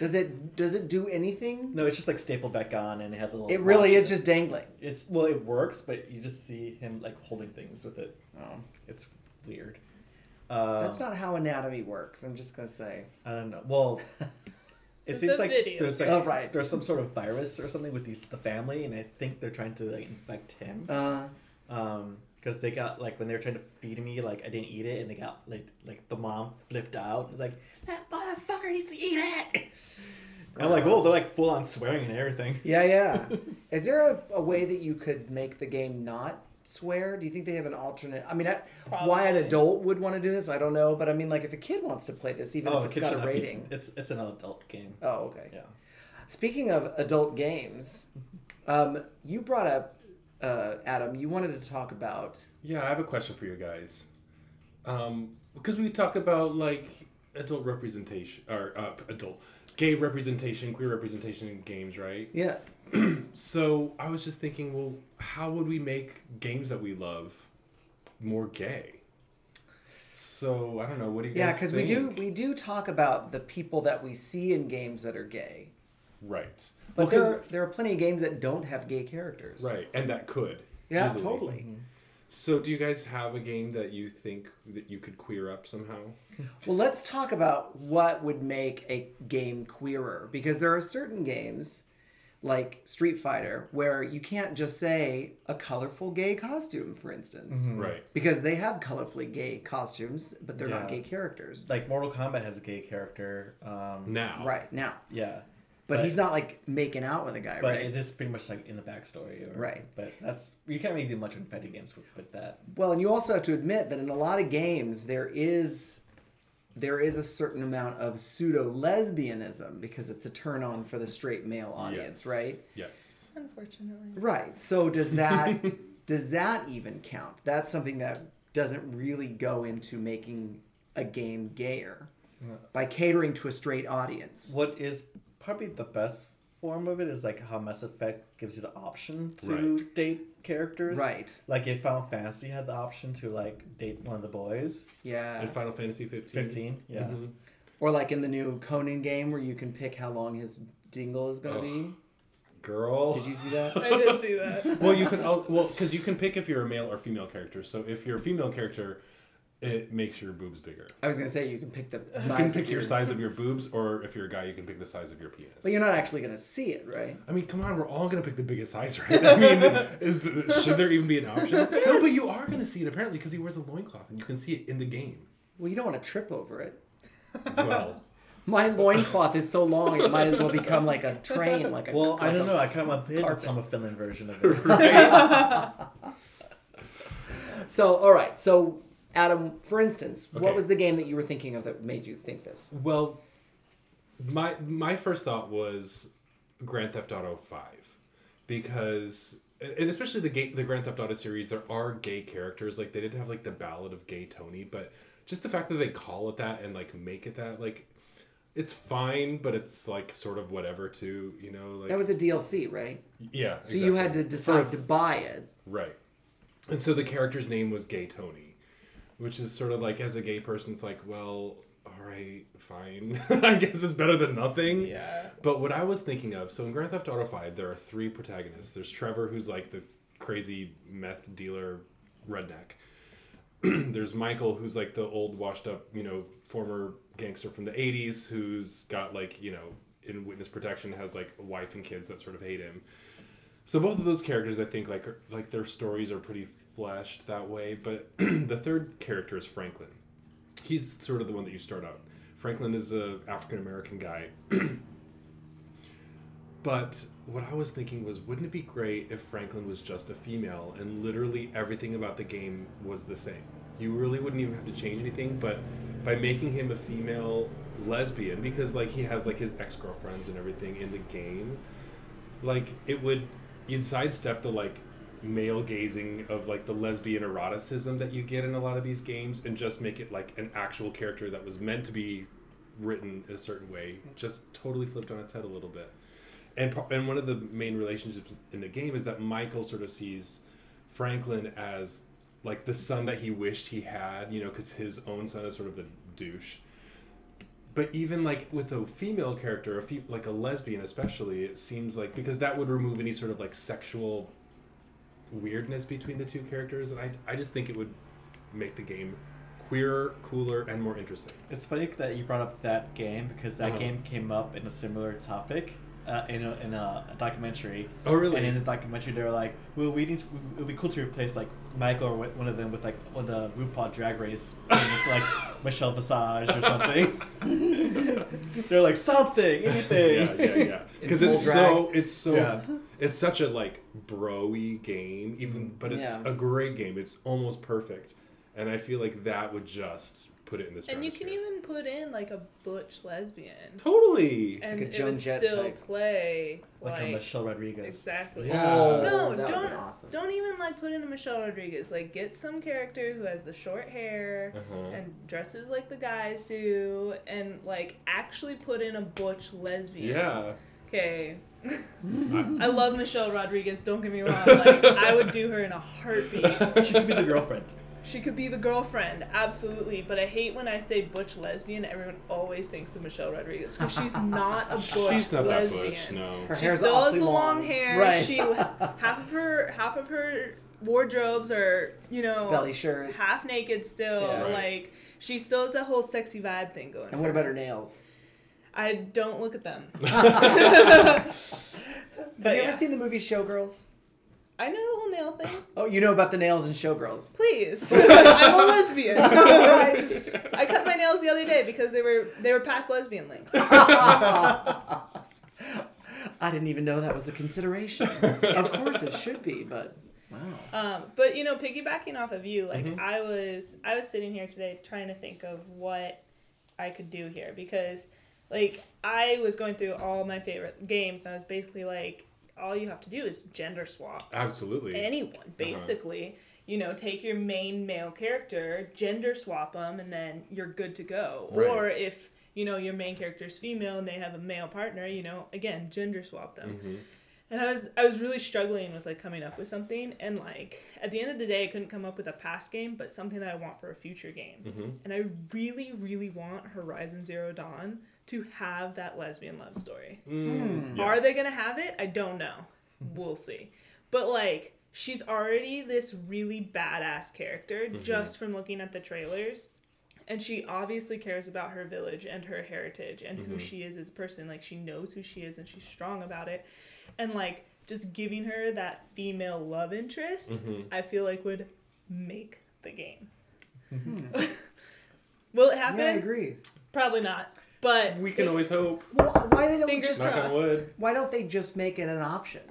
Does it does it do anything?
no, it's just like stapled back on, and it has a little.
It really
notch in
is just dangling.
It's well, it works, but you just see him like holding things with it.
Oh.
It's weird. Uh,
That's not how anatomy works. I'm just gonna say.
I don't know. Well, <laughs> it
This
seems
is a
like
video
there's like
game.
s-
Oh, right.
there's some sort of virus or something with these the family, and I think they're trying to like infect him.
Uh,
Um, because they got like when they were trying to feed me, like I didn't eat it, and they got like like the mom flipped out. It's like that motherfucker needs to eat it. I'm like, whoa, they're like full on swearing and everything.
yeah, yeah. is there a, a way that you could make the game not swear? Do you think they have an alternate? I mean, I, why an
Probably.
adult would want to do this, I don't know. But I mean, like, if a kid wants to play this, even if
it
it's
could
got
not
a
be-
rating.
Oh, It's it's an adult game.
Oh, okay.
Yeah.
Speaking of adult games, um, you brought up uh, Adam. You wanted to talk about
Yeah, I have a question for you guys. Um, because we talk about like adult representation or uh, adult gay representation, queer representation in games, right?
yeah.
So I was just thinking, well, how would we make games that we love more gay? So I don't know. What do you
Yeah,
guys?
because we do
think?
we do talk about the people that we see in games that are gay,
Right.
but
Well,
there
'cause-
are, there are plenty of games that don't have gay characters.
Right, and that could.
Yeah,
easily.
totally.
So, do you guys have a game that you think that you could queer up somehow?
Well, let's talk about what would make a game queerer because there are certain games like Street Fighter where you can't just say a colorful gay costume, for instance.
Mm-hmm. Right.
Because they have colorfully gay costumes, but they're not
Yeah.
gay characters.
Like Mortal Kombat has a gay character. Um,
Now.
Right now.
Yeah.
But,
But-
he's not like making out with a guy,
But
right?
it is pretty much like in the backstory, or,
Right.
But that's you can't really do much in fighting games with, with that.
Well, and you also have to admit that in a lot of games there is there is a certain amount of pseudo lesbianism because it's a turn on for the straight male audience,
Yes.
right?
Yes.
<laughs>
Unfortunately.
Right. So does that does that even count? That's something that doesn't really go into making a game gayer by catering to a straight audience.
What is probably the best form of it is like how Mass Effect gives you the option to
Right.
date characters.
Right.
Like if Final Fantasy had the option to like date one of the boys.
Yeah.
And Final Fantasy 15.
Fifteen. Yeah.
Mm-hmm. Or like in the new Conan game where you can pick how long his dingle is going to be.
Girl.
Did you see that?
I did see that.
well, you can al- well because you can pick if you're a male or female character. So if you're a female character, it makes your boobs bigger.
I was going to say you can pick the size.
You can
of
pick your size of your boobs, or if you're a guy, you can pick the size of your penis.
But you're not actually going to see it, right?
I mean, come on, we're all gonna pick the biggest size, right? I mean, is the, should there even be an option? No, but you are gonna see it apparently because he wears a loincloth, and you can see it in the game.
Well, you don't want to trip over it.
Well,
My loincloth is so long, it might as well become like a train. Like a,
Well, I
like
don't
a-
know. I kind of want to
carpet.
become a Finland
<laughs>
version of it.
So, all right. So, Adam, for instance,
Okay.
what was the game that you were thinking of that made you think this?
Well, my my first thought was Grand Theft Auto Five, because and especially the game, the Grand Theft Auto series, there are gay characters. Like they did have like the Ballad of Gay Tony, but just the fact that they call it that and like make it that, like it's fine, but it's like sort of whatever too. You know, like
That was a DLC, right?
yeah.
So you had to decide to buy it.
Right. And so the character's name was Gay Tony, which is sort of like, as a gay person, it's like, well, all right, fine. <laughs> I guess it's better than nothing.
Yeah.
But what I was thinking of, so in Grand Theft Auto 5, there are three protagonists. There's Trevor, who's like the crazy meth dealer redneck. <clears throat> There's Michael, who's like the old, washed up, you know, former gangster from the 80s, who's got like, you know, in witness protection, has like a wife and kids that sort of hate him. So both of those characters, I think, like are, like their stories are pretty fleshed that way. But <clears throat> the third character is Franklin. He's sort of the one that you start out. Franklin is a African American guy. <clears throat> but what I was thinking was, wouldn't it be great if Franklin was just a female and literally everything about the game was the same? You really wouldn't even have to change anything. But by making him a female lesbian, because like he has like his ex girlfriends and everything in the game, like it would you'd sidestep the like male gazing of like the lesbian eroticism that you get in a lot of these games and just make it like an actual character that was meant to be written a certain way just totally flipped on its head a little bit and pro- and one of the main relationships in the game is that Michael sort of sees Franklin as like the son that he wished he had, you know, because his own son is sort of a douche. But even like with a female character, a fe- like a lesbian especially, it seems like because that would remove any sort of like sexual weirdness between the two characters, and I I just think it would make the game queerer, cooler, and more interesting.
It's funny that you brought up that game because that
Uh-huh.
game came up in a similar topic uh, in, a, in a, a documentary.
Oh, really? <laughs>
And in the documentary, they were like, "Well, we need. It would be cool to replace like Michael or one of them with like one of the RuPaul Drag Race. And it's like
<laughs>
Michelle Visage or something. They're like something, anything.
yeah, yeah, yeah.
In
Because
full
it's so it's so
Yeah.
it's such a like broy game, even but it's
Yeah.
a great game. It's almost perfect, and I feel like that would just put it in this.
And you can even put in like a butch lesbian,
totally.
and
a
it
Joan
would
Jett
still
type.
play
Like
like,
a Michelle Rodriguez.
exactly.
Yeah.
No,
Oh, that would've
don't
been awesome.
don't even like put in a Michelle Rodriguez. Like get some character who has the short hair
Uh-huh.
and dresses like the guys do, and like actually put in a butch lesbian.
Yeah,
<laughs> Okay.
I-
<laughs> I love Michelle Rodriguez. Don't get me wrong. Like I would do her in a heartbeat.
She could be the girlfriend.
She could be the girlfriend, absolutely. But I hate when I say butch lesbian. Everyone always thinks of Michelle Rodriguez because
<laughs>
she's not a butch
she's not that
lesbian.
butch. No,
Her
She
hair's
still has
awfully
the long,
long.
hair.
Right. <laughs>
She half of her half of her wardrobes are you know
Belly shirts.
half naked still.
Yeah.
Right.
Like she still has that whole sexy vibe thing going.
And what about her nails?
I don't look
<laughs>
at them. <laughs>
Have
but
you
yeah.
ever seen the movie Showgirls?
I know the whole nail thing.
Oh, you know about the nails in Showgirls.
Please, I'm a lesbian. I cut my nails the other day because they were they were past lesbian length.
I didn't even know that was a
<laughs>
consideration. of course it should be, but wow.
Um, but you know, piggybacking off of you, like I was, I was sitting here today trying to think of what I could do here because, like, I was going through all my favorite games and I was basically like, all you have to do is gender swap
absolutely. Uh-huh.
anyone, basically. You know, take your main male character, gender swap them, and then you're good to go.
Right.
Or if you know your main character is female and they have a male partner, you know, again, gender swap them
Mm-hmm.
and I was I was really struggling with like coming up with something and like at the end of the day I couldn't come up with a past game but something that I want for a future game
Mm-hmm.
and I really really want Horizon Zero Dawn to have that lesbian love story
Mm, yeah.
are they gonna have it I don't know we'll see but like she's already this really badass character just from looking at the trailers and she obviously cares about her village and her heritage and who she is as a person like she knows who she is and she's strong about it and like just giving her that female love interest i feel like would make the game <laughs> will it happen
Mm-hmm. Yeah, I agree.
probably not but
We can always hope.
Well, why they don't
Fingers
just
Knock on
crossed.
wood.
why don't they just make it an option?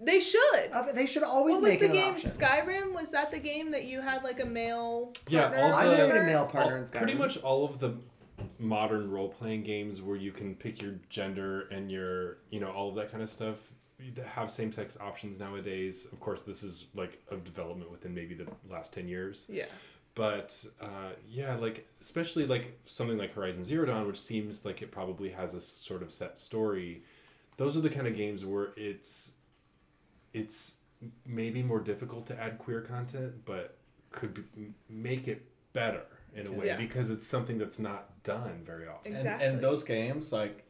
they should
Of- They should always
what was
make
the
it an
game
option.
skyrim was that the game that you had like a male
Yeah,
partner
all
or
the-
I
Uh,
married
whatever?
a male partner in
All-
Skyrim.
pretty much all of the modern role playing games where you can pick your gender and your you know all of that kind of stuff you have same sex options nowadays. Of course, this is like a development within maybe the last ten years.
yeah
But uh, yeah, like especially like something like Horizon Zero Dawn, which seems like it probably has a s- sort of set story. Those are the kind of games where it's it's maybe more difficult to add queer content, but could be, m- make it better in a way
Yeah.
because it's something that's not done very often.
Exactly.
And, and those games like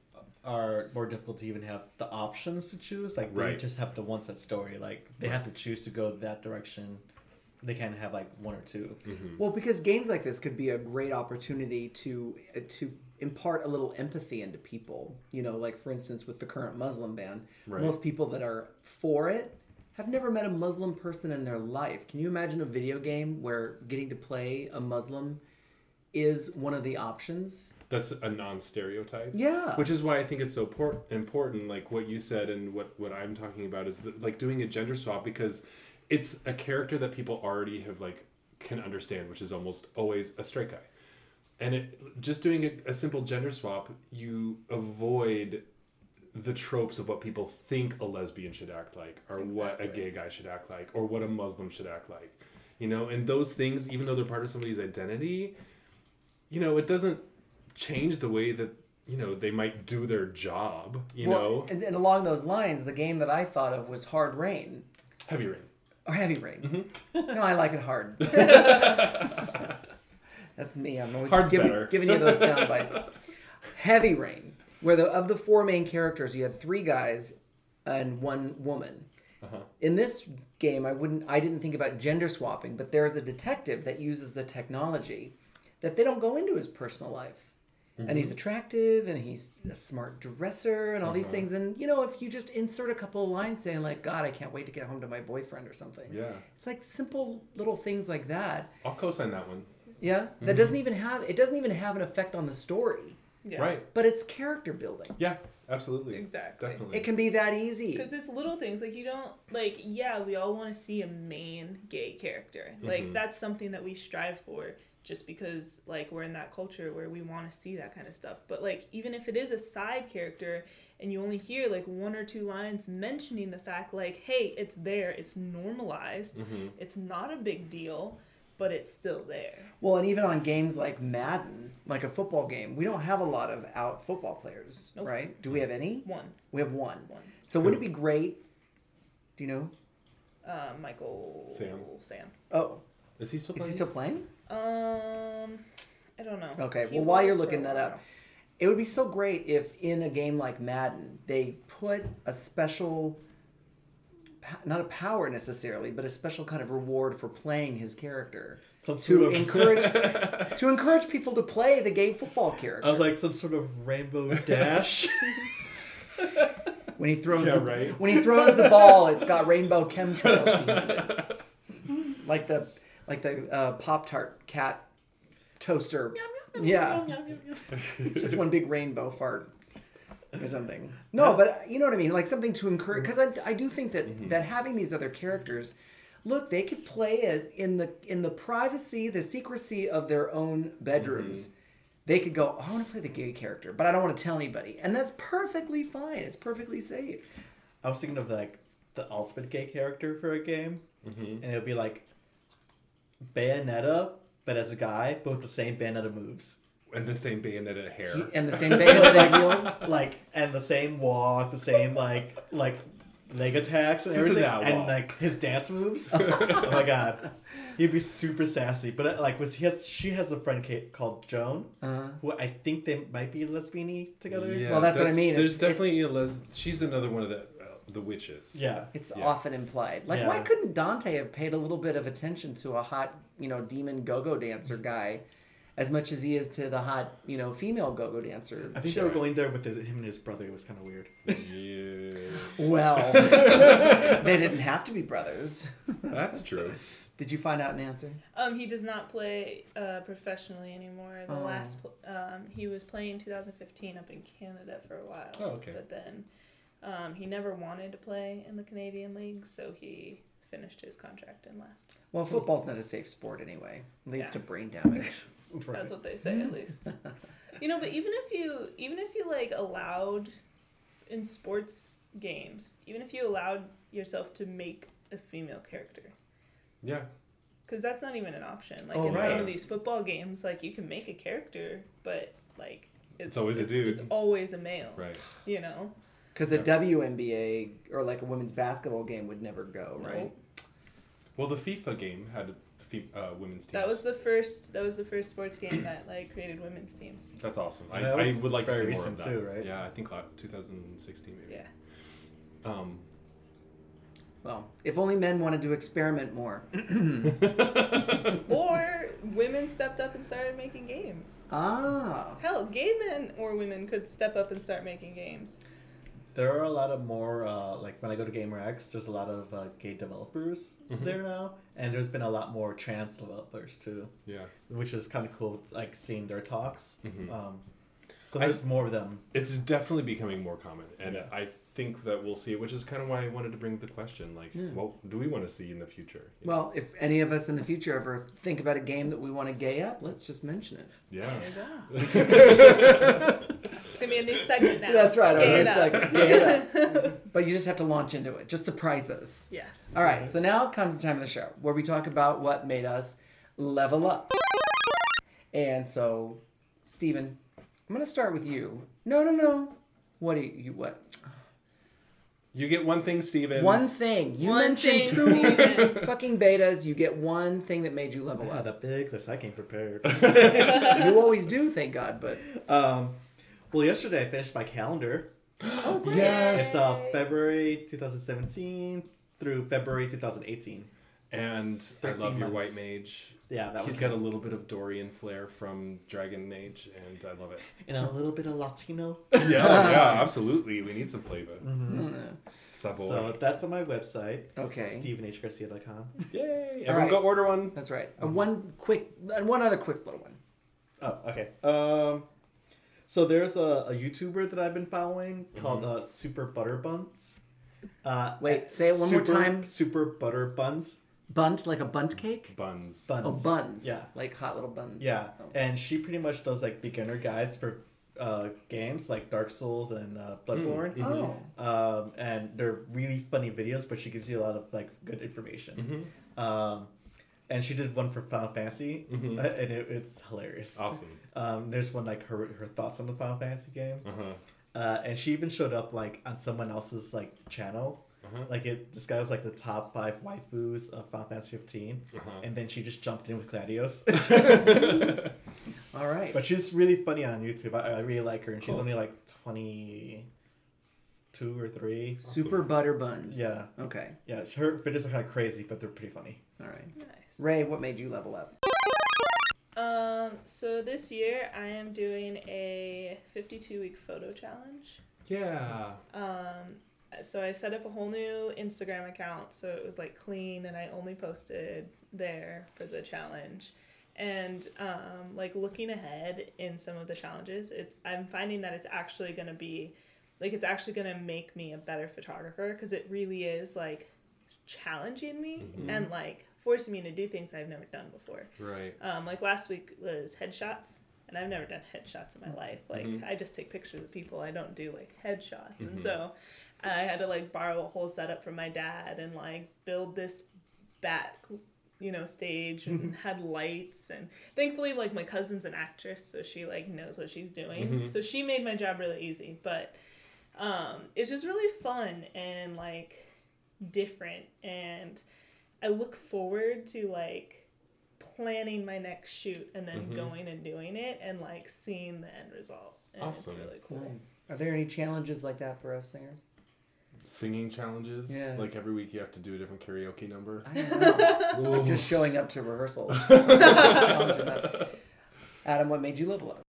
are more difficult to even have the options to choose. Like they
Right.
just have the one set story. Like they have to choose to go that direction. They can't have like one or 2
Well, because games like this could be a great opportunity to uh, to impart a little empathy into people. You know, like for instance, with the current Muslim ban,
Right.
most people that are for it have never met a Muslim person in their life. Can you imagine a video game where getting to play a Muslim is one of the options?
That's a non stereotype.
Yeah.
Which is why I think it's so por- important, like what you said and what, what I'm talking about is that, like doing a gender swap because it's a character that people already have like can understand, which is almost always a straight guy. And it just doing a, a simple gender swap, you avoid the tropes of what people think a lesbian should act like or what a
Exactly.
gay guy should act like or what a muslim should act like you know and those things even though they're part of somebody's identity you know it doesn't change the way that you know they might do their job you
Well,
know
And, and along those lines, the game that I thought of was Hard Rain
heavy rain
or Heavy Rain.
Mm-hmm.
no, I like it hard. <laughs> That's me. I'm always
Hard's
giving,
better.
giving you those sound bites. Heavy Rain, where the, of the four main characters, you had three guys and one woman. In this game, I wouldn't, I didn't think about gender swapping, but there is a detective that uses the technology that they don't go into his personal life. And
Mm-hmm.
he's attractive, and he's a smart dresser, and all
Uh-huh.
these things. And you know, if you just insert a couple of lines saying like, "God, I can't wait to get home to my boyfriend" or something,
yeah
it's like simple little things like that
i'll co-sign that one
yeah, that doesn't even have it doesn't even have an effect on the story,
Yeah.
right
but it's character building.
yeah absolutely
Exactly.
definitely
It can be that easy.
Because it's little things like you don't like. Yeah, we all want to see a main gay character. Like
Mm-hmm.
that's something that we strive for, just because like we're in that culture where we want to see that kind of stuff. But like even if it is a side character, and you only hear like one or two lines mentioning the fact like, hey, it's there, it's normalized,
Mm-hmm.
it's not a big deal, but it's still there.
Well, and even on games like Madden, like a football game, we don't have a lot of out football players,
Nope.
right? Do we have any?
One,
We have one.
one.
So wouldn't it be great? Do you know?
Uh, Michael.
Sam.
Sam.
Oh,
is he still
is
playing
he still playing?
Um, I don't know.
Okay.
He
well, while you're
was for a
looking that
while.
up, it would be so great if in a game like Madden they put a special, p- not a power necessarily, but a special kind of reward for playing his
<laughs>
character.
Some
to
sort of
encourage to encourage people to play the gay football character.
<laughs> I was like some sort of rainbow dash.
when he throws
Uh, Yeah,
the,
right.
when he throws the ball, it's got rainbow chemtrails behind it,
<laughs>
like the like the uh, Pop Tart cat toaster. Yeah, it's just one big rainbow fart or something. No, but uh, you know what I mean, like something to encourage. Because I, I do think that that having these other characters. Look, they could play it in the in the privacy, the secrecy of their own bedrooms. They could go, oh, I want to play the gay character, but I don't want to tell anybody. And that's perfectly fine. It's perfectly safe.
I was thinking of like the ultimate gay character for a game, and it would be like Bayonetta, but as a guy, but with the same Bayonetta moves,
and the same Bayonetta hair
And the same Bayonetta heels.
<laughs> like and the same walk, the same like like leg attacks and
This is
everything,
that
and
walk.
like his dance moves. oh my god, he'd be super sassy. But uh, like, was he has she has a friend ca- called Joan,
Uh,
who I think they might be lesbiany together.
Yeah,
Well, that's what I mean.
There's
It's-
definitely a les. She's another one of the uh, the witches.
Yeah.
it's
Yeah.
often implied. Like, why
Yeah.
couldn't Dante have paid a little bit of attention to a hot, you know, demon go-go dancer guy as much as he is to the hot, you know, female go-go dancer?
I think they were going there with his, him and his brother. It was kind of weird.
Yeah,
<laughs> Well, they didn't have to be brothers.
that's true.
Did you find out an answer?
Um, he does not play uh, professionally anymore. The
Oh.
last pl- um, he was playing 2015 up in Canada for a while.
Oh, okay.
But then um, he never wanted to play in the Canadian league, so he finished his contract and left.
Well, football's not a safe sport anyway. Leads
Yeah.
to brain damage.
That's what they say, at least. you know, but even if you even if you like allowed in sports games, even if you allowed yourself to make a female character,
Yeah,
because that's not even an option. Like
Oh,
in some
right.
of these football games, like you can make a character, but like it's,
always a dude.
It's always a male,
right.
You know,
Because the WNBA or like a women's basketball game would never go, right?
Nope.
Well, the FIFA game had fe- uh, women's teams.
that was the first. That was the first sports game that like created women's teams.
That's awesome. I,
That was
I would like to see
very
more
recent
of that.
too, right?
Yeah, I think like 2016 maybe.
Yeah,
<laughs>
Um,
Well, if only men wanted to experiment more. <clears throat>
or women stepped up and started making games.
Ah.
Hell, gay men or women could step up and start making games.
There are a lot of more uh, like when I go to GameRX, there's a lot of uh, gay developers
Mm-hmm.
there now, and there's been a lot more trans developers too,
yeah.
which is kind of cool. Like seeing their talks.
Mm-hmm.
Um, so
I-
there's more of them.
It's definitely becoming more common, and I think that we'll see it, which is kind of why I wanted to bring the question: like, what do we want to see in the future? You know?
Well, if any of us in the future ever think about a
<laughs>
game that we want to gay up, let's just mention it.
yeah.
There you go.
It's
gonna be a new segment now.
That's right, our
Gay it
new
up. <laughs>
segment. Gay it But you just have to launch into it. Just surprise us.
yes.
All right, so now comes the time of the show where we talk about what made us level up. And so, Steven, I'm going to start with you. No, no, no. What do you, you what?
<laughs> You get one thing, Steven.
One thing. You
One
mentioned
thing,
two <laughs>
Steven.
fucking betas. You get one thing that made you level
I had
up.
<laughs> a big list. I
<laughs>
came prepared. <laughs>
You always do, thank God,
<laughs>
but
um, well, yesterday I finished my calendar. It's
yes.
uh, February 2017 through February 2018.
And I
13
love your white
months.
mage.
Yeah, that
He's
was
got a little bit of Dorian flair from Dragon Age, and I love it.
and a little bit of Latino.
Yeah, Oh, Mm-hmm. yeah, <laughs> absolutely. We need some flavor.
Hmm.
Savoy.
so that's on my website,
Okay.
stephenhgarcia.com.
Yay!
All
Everyone
right.
go order one.
That's right. And one quick and one other quick little one.
Oh, okay. Um, so there's a, a YouTuber that I've been following called uh, Super Butter Buns. Uh,
Mm-hmm. Wait, say it one more
Super-
time.
Super Butter Buns.
Bunt like a bunt cake?
Buns.
Buns.
Oh, buns.
Yeah.
Like hot little buns.
Yeah,
Oh.
and she pretty much does like beginner guides for uh, games like Dark Souls and uh, Bloodborne.
Oh.
Um, and they're really funny videos, but she gives you a lot of like good information.
Mm-hmm.
Um, and she did one for Final Fantasy, uh, and it, it's hilarious.
Awesome.
Um, there's one like her her thoughts on the Final Fantasy game,
Uh-huh.
uh, and she even showed up like on someone else's like channel. Like it, this guy was like the top five waifus of Final Fantasy 15, and then she just jumped in with Gladios. <laughs>
All right.
But she's really funny on YouTube. I, I really like her, and she's only like twenty two or three.
Super butter buns.
Yeah.
Okay.
Yeah, her videos are kind of crazy, but they're pretty funny.
All right.
Nice.
Ray, what made you level up?
Um. So this year I am doing a 52 week photo challenge.
Yeah.
Um, so I set up a whole new Instagram account, so it was like clean, and I only posted there for the challenge. And um, like looking ahead in some of the challenges, it's I'm finding that it's actually gonna be, like it's actually gonna make me a better photographer because it really is like challenging me and like forcing me to do things I've never done before.
Right.
Um, like last week was headshots, and I've never done headshots in my life. Like I just take pictures of people. I don't do like headshots, and so I had to like borrow a whole setup from my dad and like build this bat, you know, stage and had lights. And thankfully, like my cousin's an actress, so she like knows what she's doing.
Mm-hmm.
So she made my job really easy, but um, it's just really fun and like different and I look forward to like planning my next shoot and then
Mm-hmm.
going and doing it and like seeing the end result. And
Awesome.
it's really cool.
Are there any challenges like that for us singers?
Singing challenges.
Yeah.
Like every week you have to do a different karaoke number.
I don't <laughs> know.
<laughs> Ooh.
Just showing up to <laughs> rehearsals. That's a challenge enough. Adam, what made you level up?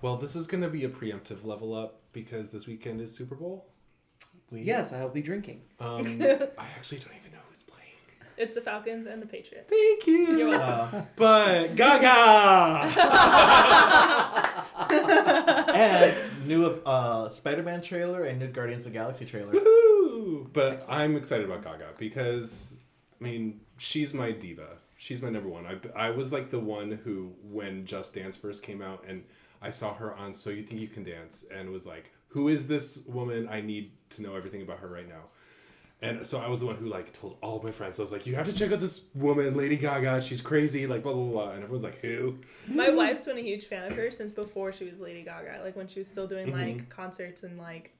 Well, this is going to be a preemptive level up because this weekend is Super Bowl.
We, <laughs>
Yes, I'll be <laughs> drinking.
Um, <laughs> I actually don't even know who's playing.
It's the Falcons and the Patriots.
Thank you.
You're welcome.
Uh,
But Gaga.
and new uh, Spider Man trailer and new Guardians of the Galaxy trailer.
Woo! But I'm excited about Gaga because, I mean, she's my diva. She's my number one. I, I was like the one who, when Just Dance first came out, and I saw her on So You Think You Can Dance, and was like, who is this woman? I need to know everything about her right now. And so I was the one who like told all my friends. I was like, "You have to check out this woman, Lady Gaga. She's crazy." Like blah blah blah. And everyone's like, "Who?"
My wife's been a huge fan of her since before she was Lady Gaga, like when she was still doing like concerts and like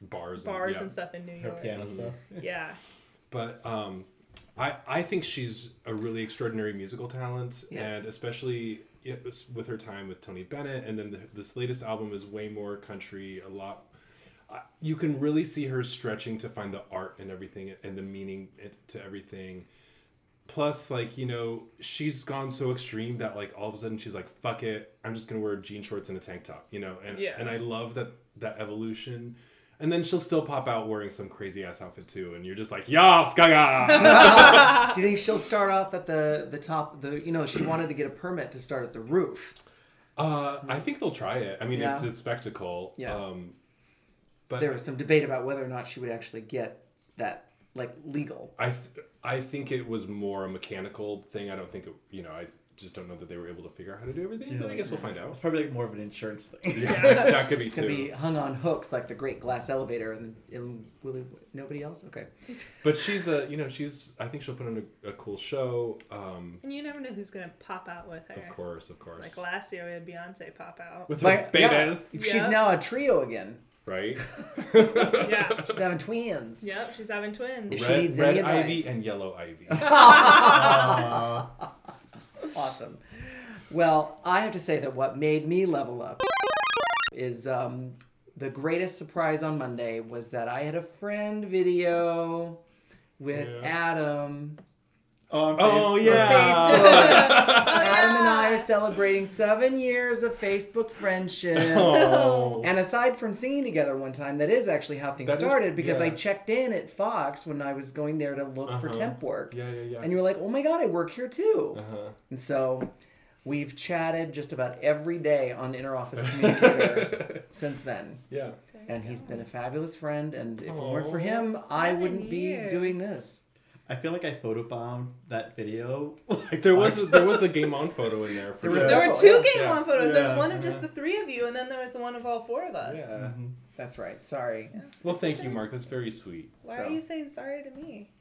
Bars, Mm-hmm.
bars
yeah.
and stuff in New
Her
York.
piano stuff.
Yeah.
but um, I I think she's a really extraordinary musical talent,
Yes.
and especially you know, with her time with Tony Bennett, and then the, this latest album is way more country, a lot. I- You can really see her stretching to find the art and everything and the meaning it- to everything. Plus, like, you know, she's gone so extreme that, like, all of a sudden she's like, fuck it, I'm just gonna wear jean shorts and a tank top, you know? And,
Yeah.
and I love that that evolution. And then she'll still pop out wearing some crazy ass outfit too, and you're just like, yas,
<laughs>
gaga!
Do you think she'll start off at the the top? The you know she wanted to get a permit to start at the roof.
uh, I think they'll try it. I mean,
Yeah.
it's a spectacle.
Yeah.
Um, but
There was some debate about whether or not she would actually get that like legal.
I th- I think it was more a mechanical thing. I don't think it, you know. I just don't know that they were able to figure out how to do everything.
Yeah,
but I guess we'll find
It's
out.
probably like more of an insurance
<laughs>
thing.
Yeah, that could be
It's gonna
too.
be hung on hooks like the Great Glass Elevator, and, and will it, nobody else? Okay.
But she's a, you know, she's. I think she'll put on a, a cool show. Um,
And you never know who's gonna pop out with her.
of course, of course.
Like last year we had Beyonce pop
<laughs>
out.
With her
My- yeah,
betas,
she's
Yeah.
now a trio again.
right?
yeah.
She's having twins.
Yep, she's having twins.
If she
red
needs
red
any
ivy
advice.
and
<laughs>
yellow ivy.
Awesome. Well, I have to say that what made me level up is um, the greatest surprise on Monday was that I had a friend video with
Yeah.
Adam.
on
oh
Facebook.
yeah.
Adam and I are celebrating seven years of Facebook friendship.
<laughs> Oh.
And aside from singing together one time, that is actually how things
That is-
started because I
yeah.
checked in at Fox when I was going there to look for
Uh-huh.
temp work.
Yeah, yeah, yeah.
And you were like, oh my God, I work here too.
uh-huh.
And so we've chatted just about every day on Interoffice
<laughs>
Communicator since then.
Yeah.
And he's been a fabulous friend. And if it weren't for
Aw.
him, I
Seven
wouldn't be
years.
doing this.
I feel like I photobombed that video. <laughs> Like
There was a, there was a game on photo in there for
There was
that.
There were two game
Yeah.
on photos. There was
Yeah.
one of just the three of you, and then there was the one of all four of us.
Yeah.
That's right. Sorry.
Well, thank you, Mark. That's very sweet. <laughs>
Why
So.
are you saying sorry to me?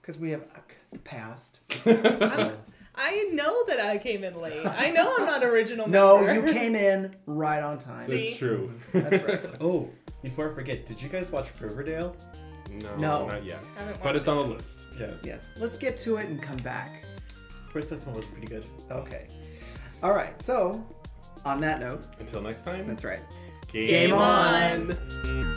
Because we have uh, the past.
I'm, I know that I came in late. I know I'm not
<laughs>
original.
No,
member.
you
<laughs>
came in right on time.
See?
That's true.
<laughs> That's right.
Oh, before I forget, did you guys watch Riverdale?
<laughs> No,
No.
not yet.
I haven't
But
watched
it's on the list.
Yes.
Yes. Let's get to it and come back.
First episode was pretty good.
Okay. All right. So, on that note,
Until next time.
that's right.
Game,
Game
on.
on.